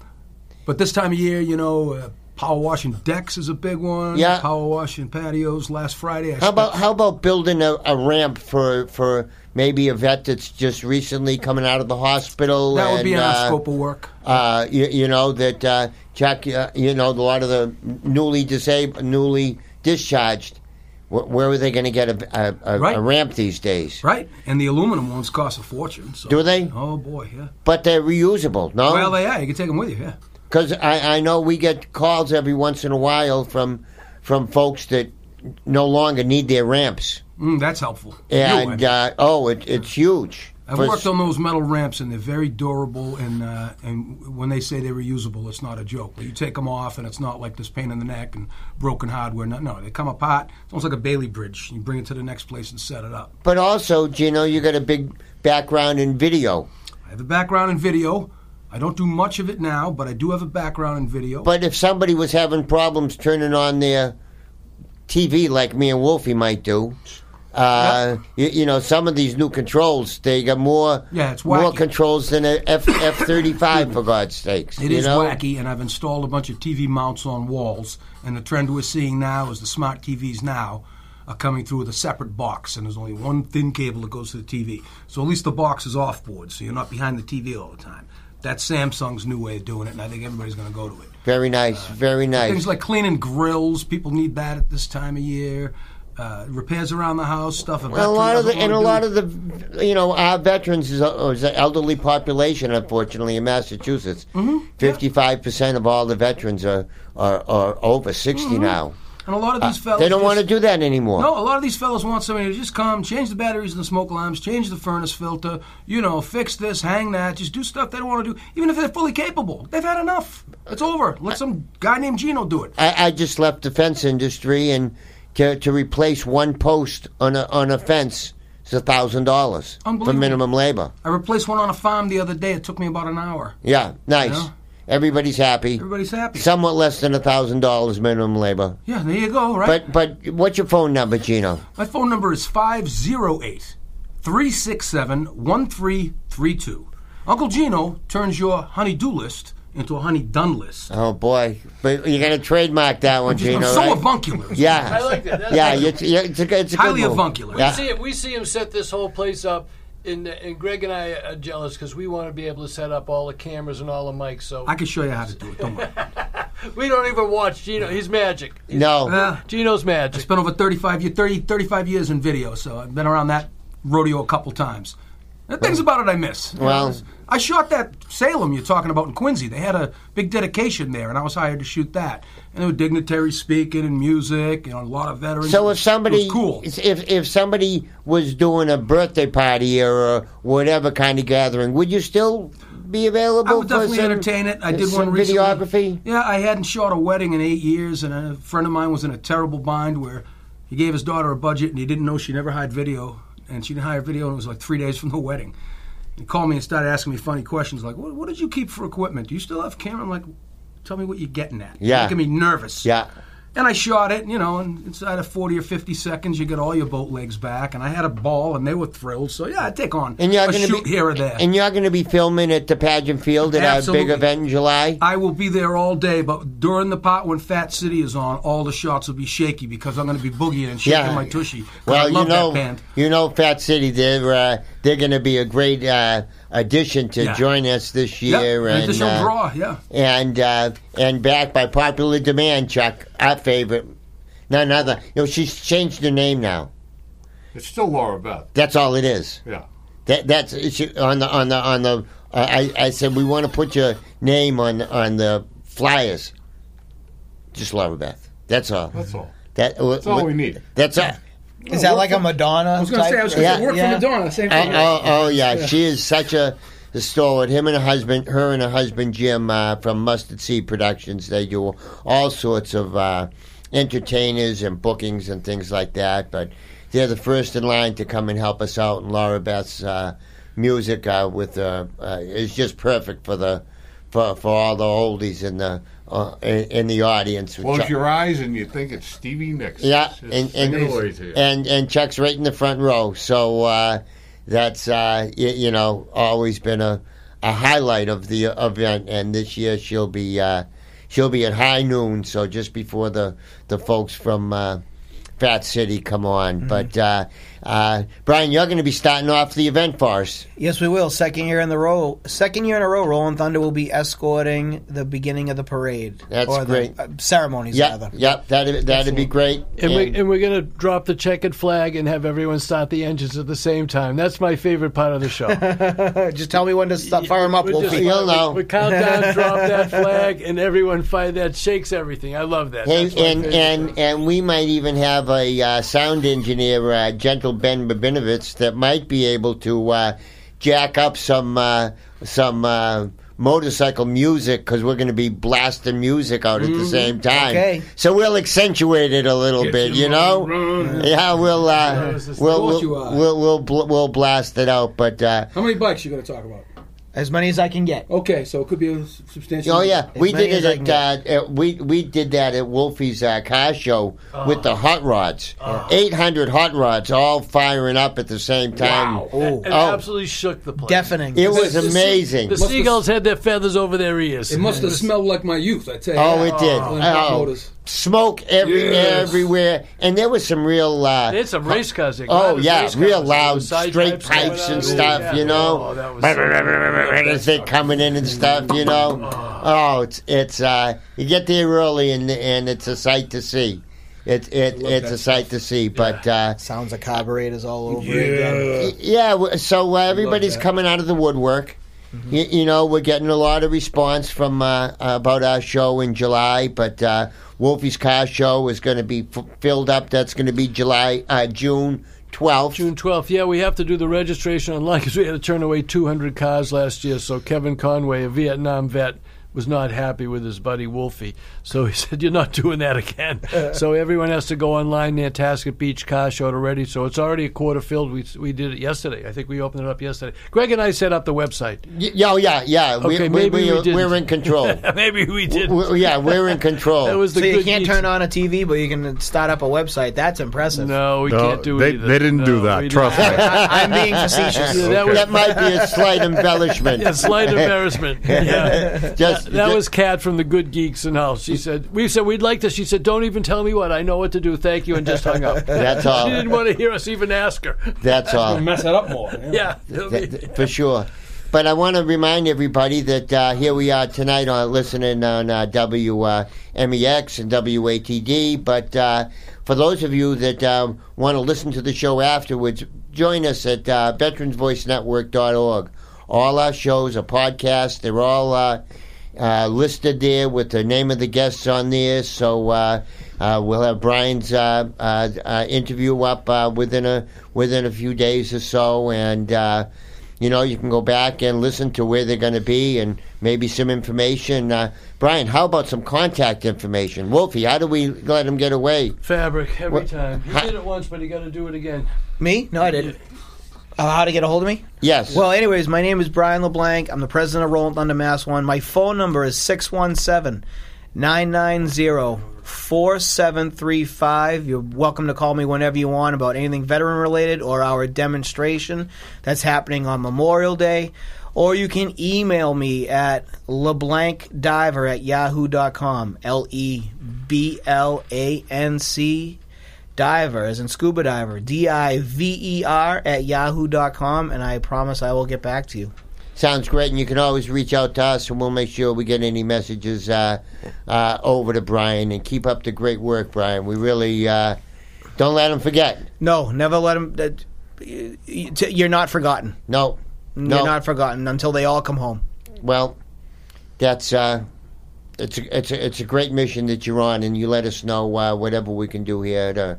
Speaker 6: but this time of year, you know, uh, power washing decks is a big one.
Speaker 1: Yeah.
Speaker 6: Power washing patios last Friday. I
Speaker 1: How about how about building a, a ramp for for maybe a vet that's just recently coming out of the hospital?
Speaker 6: That would be in
Speaker 1: and,
Speaker 6: our
Speaker 1: uh,
Speaker 6: scope of work.
Speaker 1: uh, you, you know that uh, Jack, uh, you know a lot of the newly disabled, newly discharged. Wh- where were they going to get a, a, a,
Speaker 6: Right.
Speaker 1: a ramp these days?
Speaker 6: Right. And the aluminum ones cost a fortune. So.
Speaker 1: Do they? Oh.
Speaker 6: Oh, boy, yeah.
Speaker 1: But they're reusable,
Speaker 6: Well,
Speaker 1: no?
Speaker 6: they are. You can take them with you, yeah.
Speaker 1: Because I, I know we get calls every once in a while from from folks that no longer need their ramps,
Speaker 6: Mm, that's helpful. You
Speaker 1: and
Speaker 6: would.
Speaker 1: uh, oh, it, it's huge.
Speaker 6: I've
Speaker 1: For-
Speaker 6: worked on those metal ramps, and they're very durable. And uh, and when they say they're reusable, it's not a joke. You take them off, and it's not like this pain in the neck and broken hardware. No, no, they come apart. It's almost like a Bailey bridge. You bring it to the next place and set it up.
Speaker 1: But also, Gino, you got a big background in video.
Speaker 6: I have a background in video. I don't do much of it now, but I do have a background in video.
Speaker 1: But if somebody was having problems turning on their TV, like me and Wolfie might do, uh, you, you know, some of these new controls they got more
Speaker 6: Yeah, it's
Speaker 1: more
Speaker 6: wacky.
Speaker 1: controls than a F F thirty five for God's sakes.
Speaker 6: It
Speaker 1: you
Speaker 6: is
Speaker 1: know?
Speaker 6: wacky, and I've installed a bunch of TV mounts on walls. And the trend we're seeing now is the smart TVs now are coming through with a separate box, and there's only one thin cable that goes to the TV. So at least the box is off board, so you're not behind the TV all the time. That's Samsung's new way of doing it, and I think everybody's going to go to it.
Speaker 1: Very nice, very nice.
Speaker 6: Things like cleaning grills, people need that at this time of year. Uh, repairs around the house, stuff.
Speaker 1: And a lot of the and a lot of the you know our veterans is, a, is an elderly population unfortunately in Massachusetts.
Speaker 6: Mm-hmm.
Speaker 1: Fifty five percent of all the veterans are are, are over 60 now.
Speaker 6: and a lot of these Mm-hmm. fellas
Speaker 1: Uh, They don't want to
Speaker 6: just-
Speaker 1: do that anymore.
Speaker 6: No, a lot of these fellas want somebody to just come, change the batteries in the smoke alarms, change the furnace filter, you know, fix this, hang that, just do stuff they don't want to do, even if they're fully capable. They've had enough. It's over. Let some guy named Gino do it.
Speaker 1: I, I just left the fence industry, and to, to replace one post on a on a fence is a thousand dollars for
Speaker 6: Unbelievable.
Speaker 1: minimum labor.
Speaker 6: I replaced one on a farm the other day. It took me about an hour.
Speaker 1: Yeah, nice.
Speaker 6: Yeah.
Speaker 1: Everybody's happy.
Speaker 6: Everybody's happy.
Speaker 1: Somewhat less than a thousand dollars minimum labor.
Speaker 6: yeah, there you go, right?
Speaker 1: But but what's your phone number, Gino?
Speaker 6: My phone number is 508 367 1332. Uncle Gino turns your honey-do list into a honey-done list.
Speaker 1: Oh boy, but you're gonna trademark that one, Gino.
Speaker 6: I'm so
Speaker 1: right?
Speaker 6: avuncular.
Speaker 1: Yeah,
Speaker 3: like that. That's
Speaker 1: yeah.
Speaker 3: like-
Speaker 1: It's, yeah, it's a, good- it's a
Speaker 6: Highly
Speaker 1: good move.
Speaker 6: avuncular.
Speaker 1: Yeah.
Speaker 3: see him. We see him set this whole place up, and and Greg and I are jealous because we want to be able to set up all the cameras and all the mics. So
Speaker 6: I can show you how to do it. Don't worry.
Speaker 3: we don't even watch Gino. He's magic.
Speaker 1: No,
Speaker 6: Yeah.
Speaker 3: Gino's
Speaker 6: I
Speaker 3: magic.
Speaker 6: spent over 35, year, 30, 35 years in video, so I've been around that rodeo a couple times. The things about it I miss.
Speaker 1: Well-
Speaker 6: I shot that Salem you're talking about in Quincy. They had a big dedication there, and I was hired to shoot that. And there were dignitaries speaking and music, you know, a lot of veterans.
Speaker 1: So
Speaker 6: It
Speaker 1: if
Speaker 6: was-
Speaker 1: somebody
Speaker 6: it was cool,
Speaker 1: if if somebody was doing a birthday party or a whatever kind of gathering, would you still be available?
Speaker 6: I would
Speaker 1: for
Speaker 6: definitely
Speaker 1: some-
Speaker 6: entertain it. I did
Speaker 1: some
Speaker 6: one recently.
Speaker 1: videography.
Speaker 6: Yeah, I hadn't shot a wedding in eight years, and a friend of mine was in a terrible bind where he gave his daughter a budget, and he didn't know she never hired video, and she didn't hire video, and it was like three days from the wedding. He called me and started asking me funny questions like, "What, what did you keep for equipment? Do you still have camera?" I'm like, "Tell me what you're getting at."
Speaker 1: Yeah.
Speaker 6: making me nervous.
Speaker 1: Yeah,
Speaker 6: And I shot it, you know, and inside of 40 or 50 seconds, you get all your boat legs back. And I had a ball, and they were thrilled. So, yeah, I take on
Speaker 1: And you're
Speaker 6: a
Speaker 1: going to
Speaker 6: shoot
Speaker 1: be
Speaker 6: here or there.
Speaker 1: And you're going to be filming at the pageant field at our
Speaker 6: Absolutely.
Speaker 1: big event in July.
Speaker 6: I will be there all day, but during the part when Fat City is on, all the shots will be shaky because I'm going to be boogieing and shaking
Speaker 1: Yeah.
Speaker 6: my tushy. 'Cause I
Speaker 1: Well,
Speaker 6: love
Speaker 1: you know,
Speaker 6: that band.
Speaker 1: you know, Fat City. They're uh, they're going to be a great uh, addition to
Speaker 6: Yeah.
Speaker 1: join us this
Speaker 6: Yeah,
Speaker 1: year,
Speaker 6: and
Speaker 1: and
Speaker 6: additional
Speaker 1: uh,
Speaker 6: draw, yeah.
Speaker 1: and uh, and back by popular demand, Chuck, our favorite. None other. You know, she's changed her name now.
Speaker 7: It's still Laura Beth.
Speaker 1: That's all it is.
Speaker 7: Yeah.
Speaker 1: That that's it should- on the on the on the. Uh, I I said we want to put your name on on the flyers. Just Laura Beth. That's all.
Speaker 7: That's all.
Speaker 1: That, that's
Speaker 7: all we need.
Speaker 1: That's all.
Speaker 5: Is that like a Madonna? I was
Speaker 4: gonna say, I was
Speaker 1: Yeah.
Speaker 4: going to work
Speaker 5: Yeah.
Speaker 4: for Madonna. Same
Speaker 1: Oh,
Speaker 4: thing.
Speaker 1: oh, oh, yeah. She is such a stalwart. Him and her husband, her and her husband Jim uh, from Mustard Seed Productions. They do all sorts of uh, entertainers and bookings and things like that. But they're the first in line to come and help us out. And Laura Beth's uh, music uh, with uh, uh, is just perfect for the for for all the oldies in the uh, in, in the audience.
Speaker 7: Close your eyes and you think it's Stevie Nicks.
Speaker 1: Yeah,
Speaker 7: Just
Speaker 1: and
Speaker 7: sing
Speaker 1: and,
Speaker 7: it away to you.
Speaker 1: and and Chuck's right in the front row, so uh, that's uh, y- you know always been a, a highlight of the event. And this year she'll be uh, she'll be at high noon, so just before the the folks from uh, Fat City come on.
Speaker 7: Mm-hmm.
Speaker 1: But uh, uh, Brian, you're going to be starting off the event for us.
Speaker 5: Yes, we will. Second year in the row. Second year in a row, Rolling Thunder will be escorting the beginning of the parade.
Speaker 1: That's
Speaker 5: or
Speaker 1: great.
Speaker 5: The, uh, ceremonies,
Speaker 1: Yeah,
Speaker 5: rather.
Speaker 1: yep, that'd that'd be great.
Speaker 3: And, we,
Speaker 1: And-
Speaker 3: and we're going to drop the checkered flag and have everyone start the engines at the same time. That's my favorite part of the show.
Speaker 5: Uh, Just tell me when to stop, fire them up,
Speaker 3: We're just-
Speaker 5: Wolfie.
Speaker 1: You'll know.
Speaker 3: We count down, drop that flag, and everyone fight. That shakes everything. I love that.
Speaker 1: And
Speaker 3: That's my
Speaker 1: and,
Speaker 3: favorite.
Speaker 1: and and we might even have a uh, sound engineer, uh, gentle Ben Babinovitz, that might be able to uh, jack up some uh, some uh, motorcycle music because we're going to be blasting music out at the same time.
Speaker 5: Okay.
Speaker 1: So we'll accentuate it a little bit, you know. Yeah, we'll uh,
Speaker 3: Yes, yes,
Speaker 1: we'll
Speaker 4: of course
Speaker 1: we'll
Speaker 4: you are.
Speaker 1: we'll we'll, bl- we'll blast it out. But uh,
Speaker 4: How many bikes you going to talk about?
Speaker 5: As many as I can get.
Speaker 6: Oh.
Speaker 4: Okay, so it could be a s- substantial.
Speaker 1: Oh yeah, we
Speaker 5: many
Speaker 1: did
Speaker 5: as
Speaker 1: it
Speaker 5: I can
Speaker 1: at, uh, at we we did that at Wolfie's uh, car show with the hot rods. Eight hundred hot rods all firing up at the same time.
Speaker 5: Oh,
Speaker 3: It
Speaker 1: oh.
Speaker 3: absolutely shook the place.
Speaker 5: deafening.
Speaker 1: It was
Speaker 4: The- the-
Speaker 1: amazing.
Speaker 3: the seagulls had their feathers over their ears.
Speaker 4: It must have smelled like my youth. I tell you.
Speaker 1: Oh,
Speaker 4: that.
Speaker 1: it did.
Speaker 4: When I got
Speaker 1: Oh.
Speaker 4: motors.
Speaker 1: Smoke every,
Speaker 4: Yes.
Speaker 1: everywhere, and there was some real. Uh,
Speaker 3: They had some race cars. They
Speaker 1: Oh
Speaker 3: crowded
Speaker 1: yeah,
Speaker 3: race cars.
Speaker 1: real
Speaker 3: There
Speaker 1: loud,
Speaker 3: was side
Speaker 1: straight pipes,
Speaker 3: going on.
Speaker 1: and stuff.
Speaker 3: Yeah.
Speaker 1: You know,
Speaker 3: Oh, that was so-
Speaker 1: as they coming in and stuff. You know, oh, it's it's uh, you get there early and and it's a sight to see. It, it it's a sight to see, but uh,
Speaker 5: Sounds of carburetors all over again.
Speaker 1: Yeah, w- so uh, everybody's coming out of the woodwork.
Speaker 3: Mm-hmm.
Speaker 1: Y You, know, we're getting a lot of response from uh, about our show in July, but uh, Wolfie's Car Show is going to be f- filled up. That's going to be July, uh, June twelfth.
Speaker 3: June 12th. Yeah, we have to do the registration online because we had to turn away 200 cars last year. So Kevin Conway, a Vietnam vet, was not happy with his buddy Wolfie. So he said, You're not doing that again. so everyone has to go online near Tasket Beach Car Show already. So it's already a quarter filled. We, we did it yesterday. I think we opened it up yesterday. Greg and I set up the website.
Speaker 1: Yeah, oh, yeah, yeah.
Speaker 3: Okay, maybe we didn't.
Speaker 1: are in control.
Speaker 3: Maybe we did.
Speaker 1: we yeah, we're in control.
Speaker 3: That was the
Speaker 5: So you
Speaker 3: good
Speaker 5: can't
Speaker 3: geeks.
Speaker 5: turn on a TV, but you can start up a website. That's impressive.
Speaker 3: No, we
Speaker 2: No,
Speaker 3: can't do it
Speaker 2: they-
Speaker 3: either.
Speaker 2: they didn't do
Speaker 3: No,
Speaker 2: that.
Speaker 3: we
Speaker 2: Trust
Speaker 3: didn't.
Speaker 2: me.
Speaker 5: I, I'm being facetious.
Speaker 3: Yeah, that was-
Speaker 1: that might be a slight embellishment.
Speaker 3: Yeah, slight embarrassment. Yeah.
Speaker 1: Just
Speaker 3: That
Speaker 1: ju-
Speaker 3: was Kat from the Good Geeks and House. She said, "We said we'd like this." She said, "Don't even tell me what I know what to do. Thank you," and just hung up.
Speaker 1: That's all.
Speaker 3: She didn't want to hear us even ask her.
Speaker 1: That's all.
Speaker 4: Mess that up more.
Speaker 3: Yeah, it'll be-
Speaker 1: Th- th- for sure. But I want to remind everybody that uh, here we are tonight on listening on uh, WMEX and WATD. But uh, for those of you that uh, want to listen to the show afterwards, join us at uh, veteransvoicenetwork.org. All our shows are podcasts. They're all uh, uh, listed there with the name of the guests on there. So uh, uh, we'll have Brian's uh, uh, uh, interview up uh, within a within a few days or so, and uh, you know you can go back and listen to where they're going to be and maybe some information. Uh, Brian, how about some contact information? Wolfie, how do we let him get away?
Speaker 3: fabric every
Speaker 1: What-
Speaker 3: time. He did it once, but he got to do it again.
Speaker 5: Me? No, I didn't. Uh, how to get a hold of me?
Speaker 1: Yes.
Speaker 5: Well, anyways, my name is Brian LeBlanc. I'm the president of Roland Thunder Mass One. My phone number is 617 990 4735. You're welcome to call me whenever you want about anything veteran related or our demonstration that's happening on Memorial Day. Or you can email me at leblancdiver at yahoo.com. L E B L A N C diver, as in scuba diver, D I V E R at yahoo.com. And I promise I will get back to you.
Speaker 1: Sounds great, and you can always reach out to us, and we'll make sure we get any messages uh, uh, over to Brian. And keep up the great work, Brian. We really uh, don't let him forget.
Speaker 5: No, never let them. That, y- y- t- you're not forgotten.
Speaker 1: No, no.
Speaker 5: You're not forgotten until they all come home.
Speaker 1: well, that's uh, it's a, it's a, it's a great mission that you're on, and you let us know uh, whatever we can do here. To,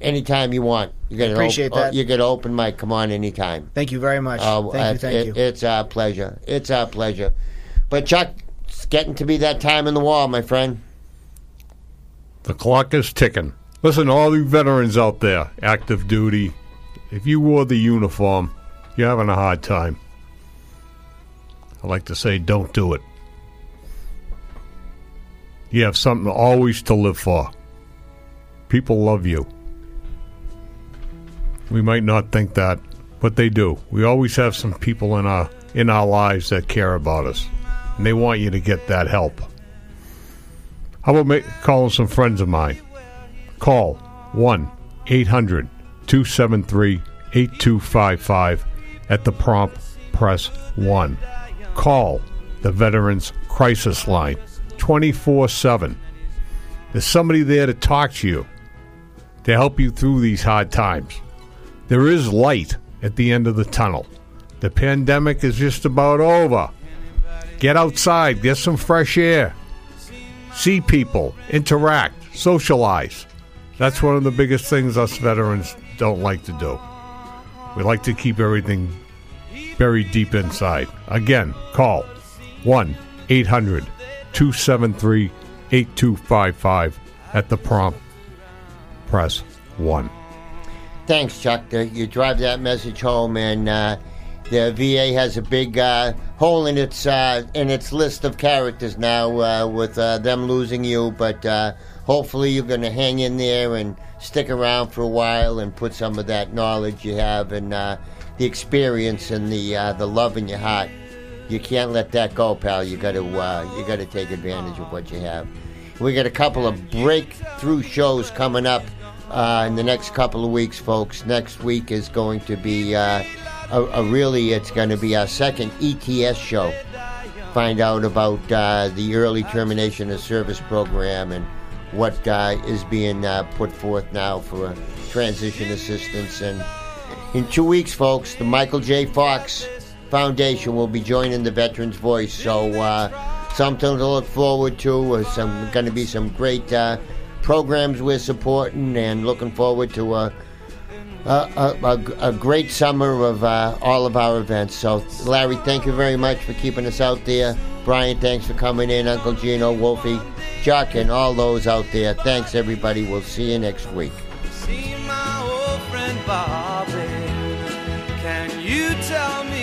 Speaker 1: anytime you want, you get an
Speaker 5: Appreciate
Speaker 1: op-
Speaker 5: that.
Speaker 1: You get an open mic. Come on, anytime.
Speaker 5: Thank you very much.
Speaker 1: Oh,
Speaker 5: thank
Speaker 1: uh,
Speaker 5: you, thank
Speaker 1: it-
Speaker 5: you.
Speaker 1: It's our pleasure. It's our pleasure. But Chuck, it's getting to be that time in the wall, my friend.
Speaker 2: The clock is ticking. Listen, all you veterans out there, active duty, if you wore the uniform, you're having a hard time. I like to say, don't do it. You have something always to live for. People love you. We might not think that, but they do. We always have some people in our in our lives that care about us, and they want you to get that help. How about ma- calling some friends of mine? Call 1 800 273 8255 at the prompt press 1. Call the Veterans Crisis Line 24 7. There's somebody there to talk to you, to help you through these hard times. There is light at the end of the tunnel. The pandemic is just about over. Get outside, get some fresh air see people, interact, socialize. That's one of the biggest things us veterans don't like to do. We like to keep everything buried deep inside. Again, call 1 800 273 8255 at the prompt. Press 1.
Speaker 1: Thanks, Chuck. Uh, You drive that message home, and uh, the VA has a big uh, hole in its uh, in its list of characters now uh, with uh, them losing you. But uh, hopefully, you're going to hang in there and stick around for a while and put some of that knowledge you have and uh, the experience and the uh, the love in your heart. You can't let that go, pal. You got to uh, you got to take advantage of what you have. We got a couple of breakthrough shows coming up uh, in the next couple of weeks, folks. Next week is going to be uh, a, a really, it's going to be our second ETS show. Find out about uh, the early termination of service program and what uh, is being uh, put forth now for transition assistance. And in two weeks, folks, the Michael J. Fox Foundation will be joining the Veterans Voice. So, uh, something to look forward to. Uh, some going to be some great uh, programs we're supporting, and looking forward to uh, a a, a, a, a great summer of uh, all of our events. So, Larry, thank you very much for keeping us out there. Brian, thanks for coming in. Uncle Gino, Wolfie, Chuck, and all those out there. Thanks, everybody. We'll see you next week.
Speaker 8: see my old friend Bobby. Can you tell me